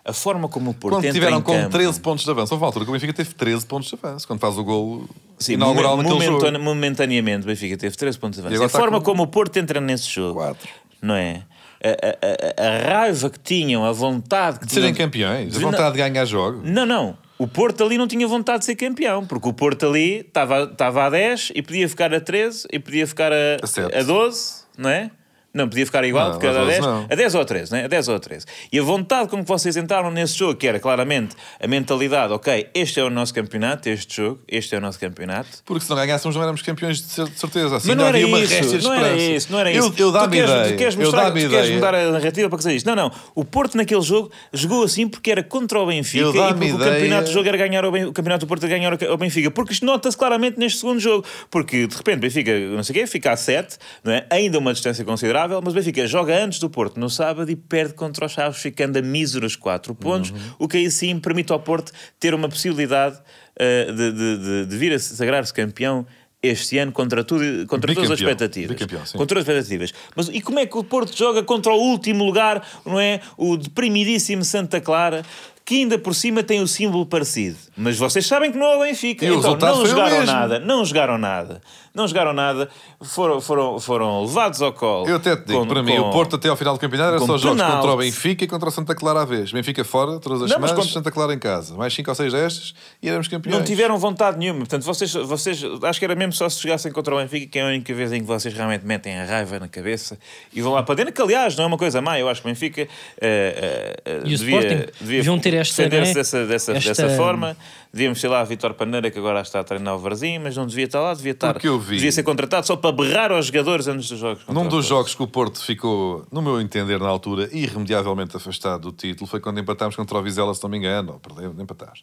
Speaker 2: a forma como o Porto
Speaker 3: Quando
Speaker 2: entra
Speaker 3: tiveram
Speaker 2: em
Speaker 3: com
Speaker 2: campo,
Speaker 3: 13 pontos de avanço, houve uma altura que o Benfica teve 13 pontos de avanço quando faz o gol
Speaker 2: Sim,
Speaker 3: inaugural
Speaker 2: momen-
Speaker 3: naquele
Speaker 2: momentane-
Speaker 3: jogo.
Speaker 2: Momentaneamente, o Benfica teve 13 pontos de
Speaker 3: E
Speaker 2: avanço.
Speaker 3: agora
Speaker 2: A
Speaker 3: está
Speaker 2: forma
Speaker 3: com-
Speaker 2: como o Porto entra nesse jogo,
Speaker 3: Quatro.
Speaker 2: não é? A, a- a- a raiva que tinham, a vontade que
Speaker 3: De serem
Speaker 2: tinham-
Speaker 3: campeões, a
Speaker 2: Não-
Speaker 3: vontade de ganhar jogo.
Speaker 2: Não, não. O Porto ali não tinha vontade de ser campeão, porque o Porto ali estava estava a 10 e podia ficar a 13 e podia ficar a,
Speaker 3: A sete.
Speaker 2: a 12, não é? Não, podia ficar igual,
Speaker 3: Não,
Speaker 2: porque
Speaker 3: a
Speaker 2: era a
Speaker 3: 12
Speaker 2: 10,
Speaker 3: não.
Speaker 2: a 10 ou a 13, não é? A 10 ou a 13. E a vontade com que vocês entraram nesse jogo, que era claramente a mentalidade, ok, este é o nosso campeonato, este jogo, este é o nosso campeonato.
Speaker 3: Porque se não ganhássemos não éramos campeões de cer- de certeza. Assim,
Speaker 2: Mas não era,
Speaker 3: ainda havia uma
Speaker 2: isso,
Speaker 3: réstia de
Speaker 2: não era
Speaker 3: esperança.
Speaker 2: isso, não era
Speaker 3: eu,
Speaker 2: isso.
Speaker 3: Eu dá-me
Speaker 2: tu queres,
Speaker 3: ideia.
Speaker 2: tu queres
Speaker 3: eu
Speaker 2: mostrar,
Speaker 3: dá-me
Speaker 2: tu queres
Speaker 3: ideia.
Speaker 2: mudar a narrativa para fazer isto. Não, não. O Porto naquele jogo jogou assim porque era contra o Benfica
Speaker 3: Eu
Speaker 2: e
Speaker 3: dá-me
Speaker 2: porque o
Speaker 3: ideia.
Speaker 2: campeonato do jogo era ganhar o, Ben- o campeonato do Porto era ganhar o Benfica. Porque isto nota-se claramente neste segundo jogo. Porque de repente o Benfica, não sei o quê, fica a 7, não é? ainda uma distância considerável, mas o Benfica joga antes do Porto no sábado e perde contra os Chaves, ficando a míseros 4
Speaker 3: Uhum.
Speaker 2: pontos, o que aí sim permite ao Porto ter uma possibilidade ah, de, de- de- de vir a sagrar-se campeão. Este ano, contra, tudo, e- contra todas as
Speaker 3: Bicampeão.
Speaker 2: expectativas.
Speaker 3: Bicampeão, sim.
Speaker 2: Contra Todas as expectativas. Mas e como é que o Porto joga contra o último lugar, não é? O deprimidíssimo Santa Clara, que ainda por cima tem o símbolo parecido. Mas vocês sabem que não é o Benfica.
Speaker 3: E o
Speaker 2: então,
Speaker 3: resultado
Speaker 2: não
Speaker 3: foi o
Speaker 2: jogaram
Speaker 3: mesmo.
Speaker 2: nada, não jogaram nada, não jogaram nada, foram, foram, foram levados ao colo.
Speaker 3: Eu até te digo,
Speaker 2: Com-
Speaker 3: para mim,
Speaker 2: com-
Speaker 3: o Porto até ao final do campeonato era
Speaker 2: com
Speaker 3: só jogos
Speaker 2: penalti.
Speaker 3: contra o Benfica e contra o Santa Clara à vez. Benfica fora, todas as
Speaker 2: Não, mas
Speaker 3: semanas,
Speaker 2: contra-
Speaker 3: Santa Clara em casa. Mais 5 ou 6 destas e éramos campeões.
Speaker 2: Não tiveram vontade nenhuma. Portanto, vocês, vocês acho que era mesmo só se chegassem contra o Benfica, que é a única vez em que vocês realmente metem a raiva na cabeça e vão lá para dentro. Que, aliás, não é uma coisa má. Eu acho que o Benfica eh, eh, eh,
Speaker 1: E o
Speaker 2: devia,
Speaker 1: Sporting?
Speaker 2: devia
Speaker 1: Deviam ter esta,
Speaker 2: defender-se
Speaker 1: né?
Speaker 2: dessa, dessa,
Speaker 1: Esta-
Speaker 2: dessa forma. Devíamos, sei lá, a Vitor Paneira, que agora está a treinar o Varzim, mas não devia estar lá, devia estar.
Speaker 3: Porque eu vi.
Speaker 2: Devia ser contratado só para berrar aos jogadores antes dos jogos. contra
Speaker 3: Num
Speaker 2: o
Speaker 3: dos
Speaker 2: Porto.
Speaker 3: jogos que o Porto ficou, no meu entender, na altura, irremediavelmente afastado do título, foi quando empatámos contra o Vizela, se não me engano, ou perdemos, empatámos.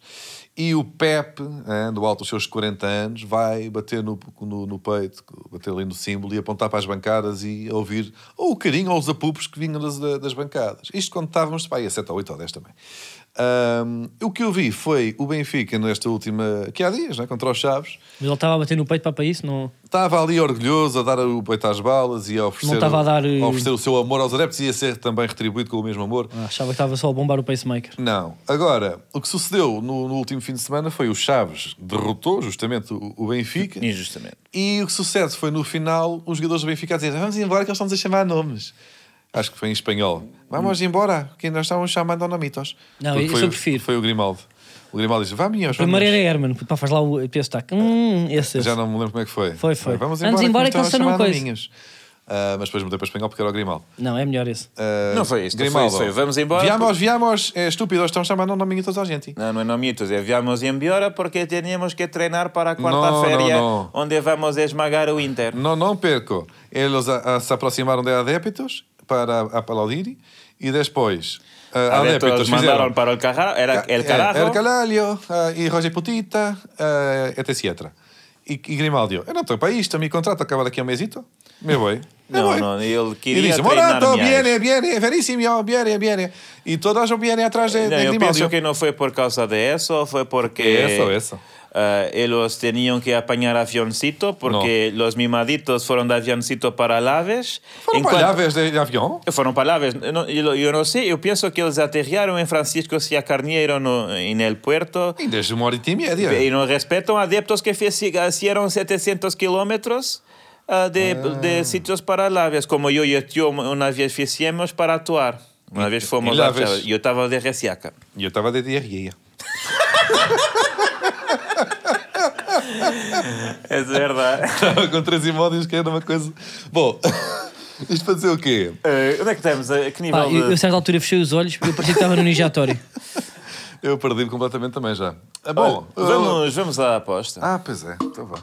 Speaker 3: E o Pep, eh, do alto dos seus 40 anos, vai bater no, no, no peito, bater ali no símbolo e apontar para as bancadas e ouvir ou o carinho ou os apupos que vinham das, das bancadas. Isto quando estávamos, pá, aí a 7 ou 8 ou 10 também. Ahm, o que eu vi foi o Benfica nesta última, que há dias, né, contra os Chaves,
Speaker 1: Mas ele estava a bater no peito pá, para isso, não.
Speaker 3: Estava ali orgulhoso a dar o peito às balas e a oferecer,
Speaker 1: Não estava a dar, eh,
Speaker 3: a oferecer o seu amor aos adeptos e ia ser também retribuído com o mesmo amor.
Speaker 1: Ah, achava que estava só a bombar o pacemaker.
Speaker 3: Não. Agora, o que sucedeu no, no último fim de semana foi o Chaves derrotou justamente o, o Benfica.
Speaker 2: Injustamente.
Speaker 3: E o que sucede foi no final os jogadores do Benfica a dizer vamos embora que eles estão-nos a chamar nomes. Acho que foi em espanhol. Vamos embora, que nós estamos chamando nomitos.
Speaker 1: Não,
Speaker 3: Porque
Speaker 1: isso
Speaker 3: foi,
Speaker 1: eu prefiro.
Speaker 3: Foi o Grimaldo. O Grimaldo diz, vamos, vamos.
Speaker 1: Primeiro era Herman, puto, pá, faz lá o esse tac. Hum, esse, esse.
Speaker 3: Já não me lembro como é que foi.
Speaker 1: Foi, foi.
Speaker 3: Vamos embora,
Speaker 1: Vamos embora que
Speaker 3: me
Speaker 1: eles
Speaker 3: estão a
Speaker 1: são
Speaker 3: chamar
Speaker 1: coisa.
Speaker 3: nominhos. Ah, mas depois mudei para espanhol porque era o Grimaldo.
Speaker 1: Não, é melhor esse.
Speaker 3: Ah,
Speaker 2: Não foi isso, não
Speaker 3: Grimaldo.
Speaker 2: foi isso, foi, vamos embora
Speaker 3: Viamos, viamos. É estúpido, eles estão chamando nominhos toda a gente.
Speaker 2: Não, não é nomitos, é viamos embora porque temos que treinar para a
Speaker 3: quarta-feira,
Speaker 2: quarta-feira,
Speaker 3: não, não.
Speaker 2: onde vamos esmagar o Inter.
Speaker 3: Não, não perco. Eles a- a- se aproximaram de adépitos para aplaudir e depois ah,
Speaker 2: Adeptos
Speaker 3: adépitos
Speaker 2: mandaram
Speaker 3: fizeram...
Speaker 2: para o carro, era el
Speaker 3: É, El
Speaker 2: carajo.
Speaker 3: Calalho, ah, e Roger Putita, ah, etc. E, e Grimaldi, eu não estou para isto, me contrato, acaba daqui a um mesito. Meu boi,
Speaker 2: Não,
Speaker 3: bem.
Speaker 2: não, ele
Speaker 3: E
Speaker 2: queria
Speaker 3: diz,
Speaker 2: treinar
Speaker 3: Morato,
Speaker 2: meais.
Speaker 3: viene, viene, verissimo, viene, viene. E todas viene atrás de,
Speaker 2: Não,
Speaker 3: de
Speaker 2: eu
Speaker 3: Grimaldo.
Speaker 2: penso que não foi por causa de isso, foi porque
Speaker 3: Eso, eso.
Speaker 2: ah, eles tinham que apanhar avioncito, porque os mimaditos foram de avioncito para Laves.
Speaker 3: Foram
Speaker 2: enquanto-
Speaker 3: palhadas de, de avião?
Speaker 2: Foram palavras, eu não, eu, eu não sei, eu penso que eles aterriaram em Francisco Cia Carneiro no, em El Puerto
Speaker 3: E desde uma hora e média.
Speaker 2: Tipo, e não respeitam adeptos que fiz- fizeram 700 quilômetros ah, de, de sítios para Laves, como eu e o tio uma vez fizemos para atuar. Uma vez fomos
Speaker 3: em
Speaker 2: lá,
Speaker 3: Laves?
Speaker 2: eu estava de ressaca.
Speaker 3: E eu estava de diarreia.
Speaker 2: É verdade.
Speaker 3: Estava com três imóveis, que era uma coisa... Bom, isto para dizer o quê?
Speaker 2: Eh, onde é que estamos? A que nível
Speaker 1: Pá, eu, eu,
Speaker 2: de...
Speaker 1: a certa altura, fechei os olhos porque eu parecia que estava no ninjatório.
Speaker 3: Eu perdi-me completamente também já. Ah,
Speaker 2: Olha,
Speaker 3: bom, eu-
Speaker 2: vamos, vamos à aposta.
Speaker 3: Ah, pois é, então vá.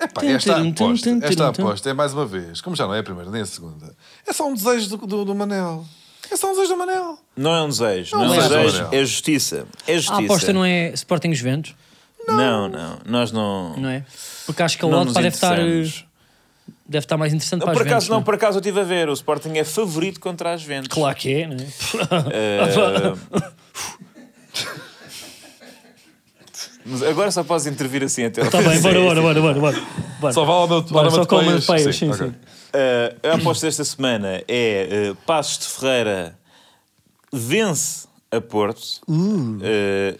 Speaker 3: Epá, esta
Speaker 1: Tum, tum, tum,
Speaker 3: aposta,
Speaker 1: tum,
Speaker 3: esta
Speaker 1: tum, tum.
Speaker 3: aposta é mais uma vez, como já não é a primeira nem a segunda, é só um desejo do, do, do Manel. É só um desejo do Manel.
Speaker 2: Não é um desejo, não, é um
Speaker 3: Não é
Speaker 2: desejo,
Speaker 3: desejo.
Speaker 2: é justiça. É justiça.
Speaker 1: A aposta não é Sporting Juventus,
Speaker 2: Não, não, nós não...
Speaker 1: não é? Porque acho que a
Speaker 2: Não
Speaker 1: odd
Speaker 2: nos
Speaker 1: pá, deve estar,
Speaker 2: interessamos.
Speaker 1: eh, deve estar mais interessante para
Speaker 2: Por
Speaker 1: as Juventus.
Speaker 2: acaso, não,
Speaker 1: é?
Speaker 2: por acaso eu estive a ver. O Sporting é favorito contra as Juventus.
Speaker 1: Claro que é, não é?
Speaker 2: Eh, Mas agora só podes intervir assim até
Speaker 1: Está Tá bem, bora, bora, bora, bora, bora. bora.
Speaker 3: Só vá ao meu
Speaker 1: Bora, só com o meu peixe, sim,
Speaker 3: ok.
Speaker 1: sim.
Speaker 2: Eh, a aposta desta semana é eh, Passos de Ferreira vence a Porto.
Speaker 1: Uh.
Speaker 2: Eh,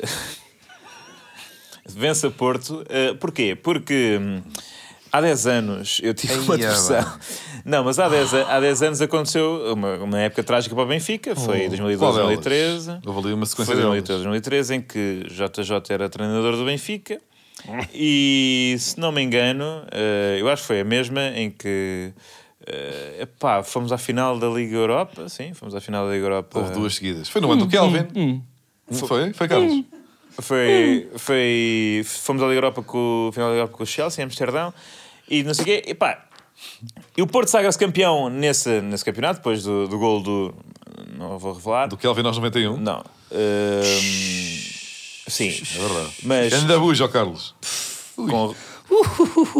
Speaker 2: vence a Porto. Eh, porquê? Porque hum, há 10 anos eu tive uma
Speaker 3: Ai,
Speaker 2: depressão. Não, mas há 10, a- há 10 anos aconteceu uma, uma época trágica para o Benfica. Foi
Speaker 3: Oh, Qual
Speaker 2: 2012,
Speaker 3: delas?
Speaker 2: 2013.
Speaker 3: Houve ali uma sequência
Speaker 2: Foi
Speaker 3: de
Speaker 2: 2013, 2013, em que JJ era treinador do Benfica. E se não me engano, eh, eu acho que foi a mesma em que eh, epá, fomos à final da Liga Europa. Sim, fomos à final da Liga Europa.
Speaker 3: Houve duas seguidas. Foi no ano
Speaker 1: Hum,
Speaker 3: do Kelvin. Foi? Foi, Carlos?
Speaker 2: Foi, foi, fomos à Liga Europa com o final da Liga Europa com o Chelsea em Amsterdão e não sei o quê. E pá, e o Porto sagra-se campeão nesse, nesse campeonato, depois do, do gol do. Não vou revelar.
Speaker 3: Do Kelvin aos 91?
Speaker 2: Não. Ehm, sim.
Speaker 3: É verdade.
Speaker 2: Mas-
Speaker 3: Ainda bujo, ó Carlos.
Speaker 2: com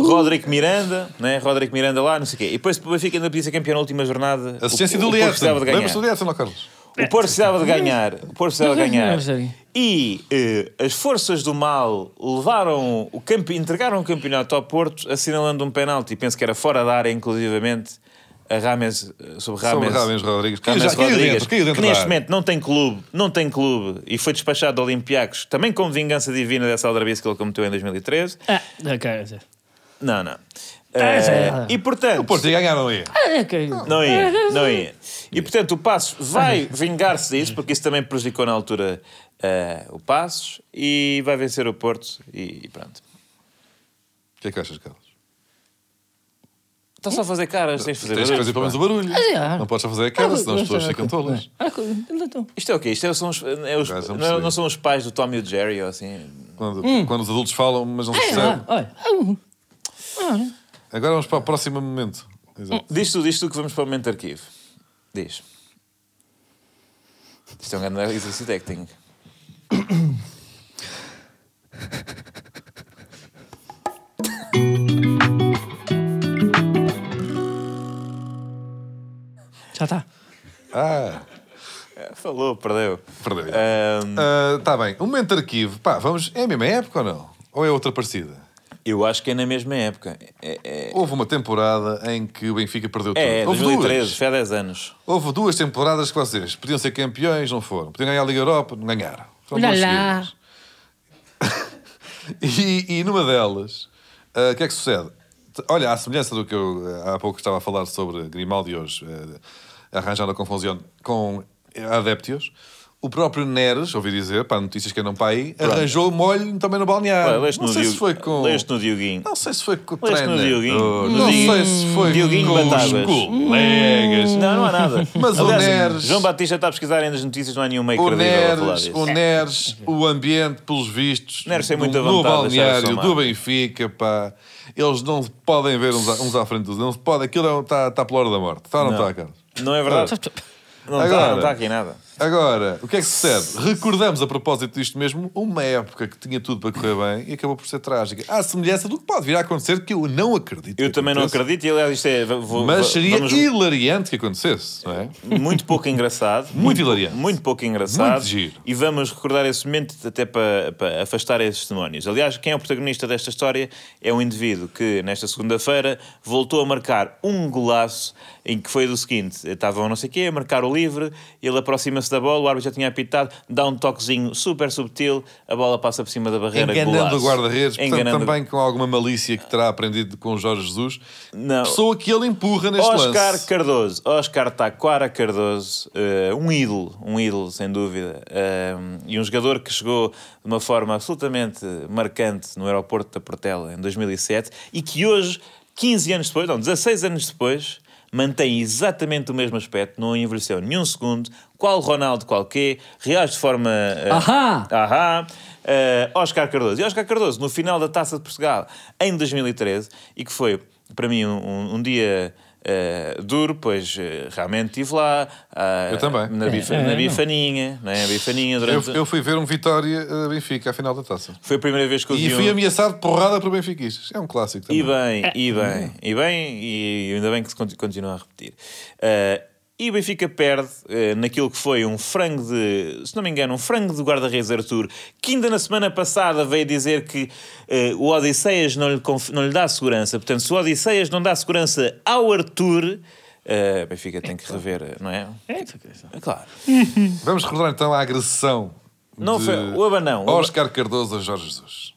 Speaker 2: Rodrigo Miranda, né? Rodrigo Miranda lá, não sei o quê. E depois o Benfica ainda podia ser campeão na última jornada.
Speaker 3: Assistência
Speaker 2: o, o
Speaker 3: do
Speaker 2: Porto
Speaker 3: Lietzen.
Speaker 2: precisava de
Speaker 3: Lembras-te do
Speaker 2: ganhar.
Speaker 3: Lietzen, ó Carlos?
Speaker 2: O Porto precisava de ganhar. O Porto precisava de
Speaker 1: Não, não,
Speaker 2: ganhar.
Speaker 1: não, sério.
Speaker 2: E eh, as forças do mal levaram o campe... entregaram o campeonato ao Porto assinalando um penalti. Penso que era fora da área, inclusivamente, a Rames, eh, sobre
Speaker 3: Sobre
Speaker 2: Rames.
Speaker 3: Rames Rodrigues. Caiu
Speaker 2: Rames
Speaker 3: já- caiu
Speaker 2: Rodrigues,
Speaker 3: dentro, caiu dentro
Speaker 2: que
Speaker 3: da
Speaker 2: neste
Speaker 3: área.
Speaker 2: momento não tem clube, não tem clube, e foi despachado de Olympiacos, também com vingança divina dessa aldrabice que ele cometeu em 2013.
Speaker 1: Ah, ok.
Speaker 2: Não, não.
Speaker 1: Ah, já
Speaker 2: Eh,
Speaker 1: era.
Speaker 2: e portanto.
Speaker 3: O Porto ia ganhar, não ia?
Speaker 1: Ah, ok.
Speaker 2: Não ia, não ia. E portanto o Passos vai vingar-se disso, porque isso também prejudicou na altura eh, o Passos e vai vencer o Porto e, e pronto.
Speaker 3: O que é que achas, Carlos?
Speaker 2: Está só a fazer caras, tens de fazer
Speaker 3: Tens que fazer pelo menos
Speaker 2: barulho,
Speaker 3: o
Speaker 2: pá.
Speaker 3: barulho.
Speaker 1: é.
Speaker 3: Não podes só fazer a cara, senão as pessoas ficam tolas.
Speaker 1: Ah, co- então.
Speaker 2: Isto é o quê? Isto é, são os, é os-
Speaker 3: Gajo, não
Speaker 2: não,
Speaker 3: percebi.
Speaker 2: não são os pais do Tommy e o Jerry ou assim.
Speaker 3: Quando, quando os adultos falam, mas não se
Speaker 1: Hum. É, lá,
Speaker 3: percebe.
Speaker 1: olha. Ah,
Speaker 3: Agora vamos para o próximo momento. Exato.
Speaker 2: Diz tu, diz tu que vamos para o momento de arquivo. Diz. Isto é um grande exercício de acting.
Speaker 1: Já tá. está.
Speaker 3: Ah,
Speaker 2: É, Falou, perdeu.
Speaker 3: perdeu.
Speaker 2: Ahm,
Speaker 3: Está Ah, tá bem. O momento de arquivo. Pá, vamos. É a mesma época ou não? Ou é outra parecida?
Speaker 2: eu acho que é na mesma época. É, é,
Speaker 3: Houve uma temporada em que o Benfica perdeu tudo.
Speaker 2: é, é
Speaker 3: Houve
Speaker 2: 2013,
Speaker 3: duas.
Speaker 2: foi há 10 anos.
Speaker 3: Houve duas temporadas que vocês podiam ser campeões, não foram. Podiam ganhar a Liga Europa, não ganharam. Foram
Speaker 1: Olha
Speaker 3: duas
Speaker 1: lá.
Speaker 3: seguidas. E, e numa delas, ah, o que é que sucede? T- Olha, à semelhança do que eu ah, há pouco estava a falar sobre Grimaldi hoje, ah, arranjando a confusão com adéptios, o próprio Neres, ouvi dizer, para notícias que andam para aí, arranjou molho também no balneário.
Speaker 2: Olha, leste
Speaker 3: Ah, não
Speaker 2: no
Speaker 3: sei se
Speaker 2: Diogo-
Speaker 3: foi com...
Speaker 2: leste no Dioguinho.
Speaker 3: Não sei se foi com o
Speaker 2: Leste no
Speaker 3: treinador,
Speaker 2: Dioguinho. No
Speaker 3: Não
Speaker 2: Dioguinho-
Speaker 3: sei se foi
Speaker 2: Dioguinho
Speaker 3: com
Speaker 2: Batatas.
Speaker 3: os colegas.
Speaker 2: Não, não há nada.
Speaker 3: Mas o Neres-
Speaker 2: João Batista está a pesquisar aí nas notícias, não há nenhuma
Speaker 3: O
Speaker 2: incrível a falar
Speaker 3: Neres,
Speaker 2: disso.
Speaker 3: o Neres, o ambiente, pelos vistos,
Speaker 2: Neres tem
Speaker 3: no-
Speaker 2: muita
Speaker 3: no
Speaker 2: vontade de deixar a
Speaker 3: balneário
Speaker 2: sua
Speaker 3: do
Speaker 2: marca.
Speaker 3: Benfica, pá, eles não se podem ver uns, à- uns à frente dos outros, não se um, pode, aquilo está é, tá- tá pela hora da morte, está ou não está, Carlos?
Speaker 2: Não é verdade. Não está,
Speaker 3: Agora-
Speaker 2: não está aqui nada.
Speaker 3: Agora, o que é que sucede? Recordamos a propósito disto mesmo uma época que tinha tudo para correr bem e acabou por ser trágica. Há semelhança do que pode vir a acontecer que eu não acredito. que
Speaker 2: Eu também não
Speaker 3: aconteça,
Speaker 2: acredito, e aliás, isto é. v- vou-
Speaker 3: Mas
Speaker 2: v-
Speaker 3: seria
Speaker 2: vamos-
Speaker 3: hilariante que acontecesse, não é?
Speaker 2: muito pouco engraçado. Muito,
Speaker 3: hilariante.
Speaker 2: Muito pouco engraçado.
Speaker 3: Muito giro.
Speaker 2: E vamos recordar esse momento até para, para afastar esses demónios. Aliás, quem é o protagonista desta história é um indivíduo que, nesta segunda-feira, voltou a marcar um golaço em que foi do seguinte: estavam não sei o quê, a marcar o livre, ele aproxima-se da bola, o árbitro já tinha apitado, dá um toquezinho super subtil, a bola passa por cima da barreira.
Speaker 3: Enganando
Speaker 2: golaço.
Speaker 3: o guarda-redes, portanto,
Speaker 2: Enganando-
Speaker 3: também com alguma malícia que terá aprendido com o Jorge Jesus,
Speaker 2: Não.
Speaker 3: pessoa que ele empurra neste
Speaker 2: Oscar
Speaker 3: lance.
Speaker 2: Cardoso, Oscar Taquara Cardoso, eh, um ídolo, um ídolo sem dúvida, eh, e um jogador que chegou de uma forma absolutamente marcante no aeroporto da Portela em 2007 e que hoje, 15 anos depois, não, 16 anos depois, mantém exatamente o mesmo aspecto, não envelheceu nenhum segundo, qual Ronaldo qualquer, reage de forma... eh,
Speaker 1: Ahá!
Speaker 2: Ahá. Eh, Oscar Cardoso. E Oscar Cardoso, no final da Taça de Portugal, em 2013, e que foi, para mim, um- um, um dia eh, duro, pois eh, realmente estive lá. ah,
Speaker 3: Eu também.
Speaker 2: Na, bifa-
Speaker 1: É, é,
Speaker 2: na
Speaker 1: não.
Speaker 2: bifaninha, não é? A bifaninha
Speaker 3: Eu,
Speaker 2: durante...
Speaker 3: eu fui ver um Vitória a Benfica à final da taça.
Speaker 2: Foi a primeira vez que eu
Speaker 3: E
Speaker 2: vi um-
Speaker 3: fui ameaçado de porrada por benfiquistas. É um clássico também.
Speaker 2: E bem, e bem, e bem, e ainda bem que se conti- continua a repetir. Ah, e o Benfica perde ah, naquilo que foi um frango de, se não me engano, um frango do guarda-redes Arthur, que ainda na semana passada veio dizer que ah, o Odisseias não lhe, conf- não lhe dá segurança. Portanto, se o Odisseias não dá segurança ao Arthur, ah, o Benfica tem que rever, ah, não é?
Speaker 1: É, tu queres.
Speaker 2: É Claro.
Speaker 3: Vamos recordar então a agressão.
Speaker 2: Não
Speaker 3: de
Speaker 2: foi- o Abanão. O
Speaker 3: Oscar Cardoso a Jorge Jesus.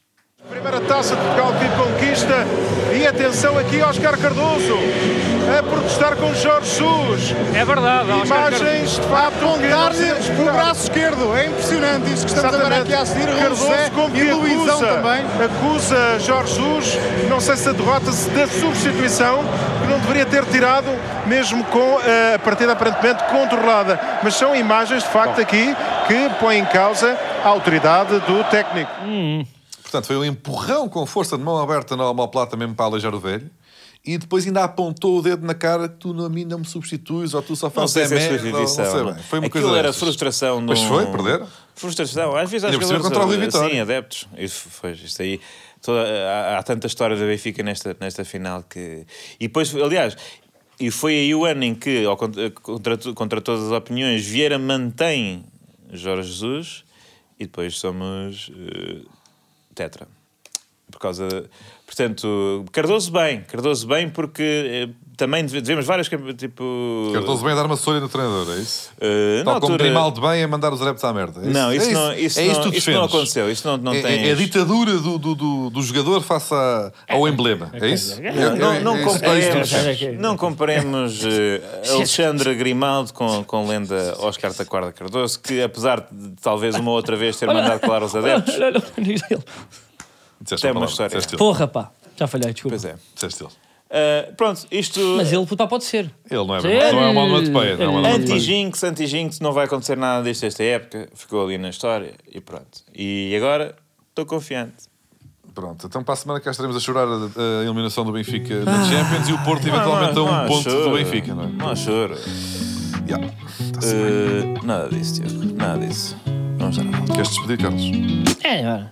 Speaker 4: Primeira taça de Portugal que conquista e atenção aqui Oscar Cardoso a protestar com Jorge Jesus.
Speaker 5: É verdade, ó, Oscar Cardoso.
Speaker 4: Imagens de facto com
Speaker 6: Dar-lhe pelo braço esquerdo, é impressionante isso que estamos agora aqui a assistir.
Speaker 4: Cardoso
Speaker 6: José
Speaker 4: como que
Speaker 6: e Luizão
Speaker 4: acusa,
Speaker 6: também.
Speaker 4: acusa Jorge Jesus, não sei se a derrota se da substituição, que não deveria ter tirado, mesmo com eh, a partida aparentemente controlada. Mas são imagens de facto aqui que põem em causa a autoridade do técnico.
Speaker 3: Portanto, foi um empurrão com força de mão aberta na homoplata, mesmo para aleijar o velho. E depois ainda apontou o dedo na cara: tu não- a mim não me substituis, ou tu só
Speaker 2: Não
Speaker 3: fazes
Speaker 2: sei se
Speaker 3: é
Speaker 2: é
Speaker 3: merda, ou não sei
Speaker 2: substituição.
Speaker 3: bem. Foi uma
Speaker 2: Aquilo
Speaker 3: coisa
Speaker 2: era
Speaker 3: destas.
Speaker 2: frustração. Num...
Speaker 3: Mas foi, perder?
Speaker 2: Frustração. Às vezes há
Speaker 3: Ainda por cima
Speaker 2: jogadores
Speaker 3: contra o Rio Vitória.
Speaker 2: assim, adeptos. Isso foi, isso aí. Toda- há, há tanta história da Benfica nesta, nesta final que. E depois, aliás. E foi aí o ano em que, ao contra, contra, tu- contra todas as opiniões, Vieira mantém Jorge Jesus e depois somos eh, Tetra. Por causa. Portanto, Cardoso bem, Cardoso bem, porque eh, também deve- devemos várias. campe- Tipo,
Speaker 3: Cardoso bem a dar uma solha no treinador, é isso?
Speaker 2: eh, na
Speaker 3: Tal como
Speaker 2: altura-
Speaker 3: Grimaldo bem a mandar os adeptos à merda. É
Speaker 2: Não, isso
Speaker 3: é
Speaker 2: não- isso
Speaker 3: é
Speaker 2: não-
Speaker 3: que tu
Speaker 2: isso não
Speaker 3: defendes.
Speaker 2: aconteceu, isso não- não
Speaker 3: é,
Speaker 2: tens-
Speaker 3: é a ditadura do, do, do, do jogador face à- ao emblema, é isso?
Speaker 5: é, é,
Speaker 3: É- é-
Speaker 2: Não, não
Speaker 3: é isso- é isso que tu
Speaker 2: comparemos,
Speaker 3: defendes.
Speaker 2: não comparemos eh, Alexandre Grimaldo com, com lenda Oscar Taquarda Cardoso, que apesar de talvez uma outra vez ter mandado calar os adeptos,
Speaker 1: Olha, olha, olha, olha.
Speaker 3: Disseste
Speaker 2: Tem
Speaker 3: a
Speaker 2: uma
Speaker 3: palavra,
Speaker 2: história.
Speaker 3: disseste ele,
Speaker 1: Porra, pá. Já falhei, desculpa.
Speaker 2: pois é.
Speaker 3: disseste ele.
Speaker 2: Eh, pronto, isto
Speaker 1: Mas ele, pá, pode ser.
Speaker 3: Ele não é,
Speaker 1: Sério?
Speaker 3: não é uma onomatopeia. Não é uma onomatopeia.
Speaker 2: anti-jinx, anti-jinx, não vai acontecer nada disto esta época, ficou ali na história e pronto. E agora estou confiante.
Speaker 3: Pronto, então para a semana cá estaremos a chorar a, a eliminação do Benfica na Champions e o Porto eventualmente
Speaker 2: Ah. Não, não,
Speaker 3: a
Speaker 2: não
Speaker 3: um
Speaker 2: há
Speaker 3: ponto
Speaker 2: choro.
Speaker 3: do Benfica, não é?
Speaker 2: Não há choro.
Speaker 3: Yeah.
Speaker 2: Eh, nada disso, Tiago, nada disso. Vamos já na volta.
Speaker 3: Queres despedir, Carlos?
Speaker 1: É, agora.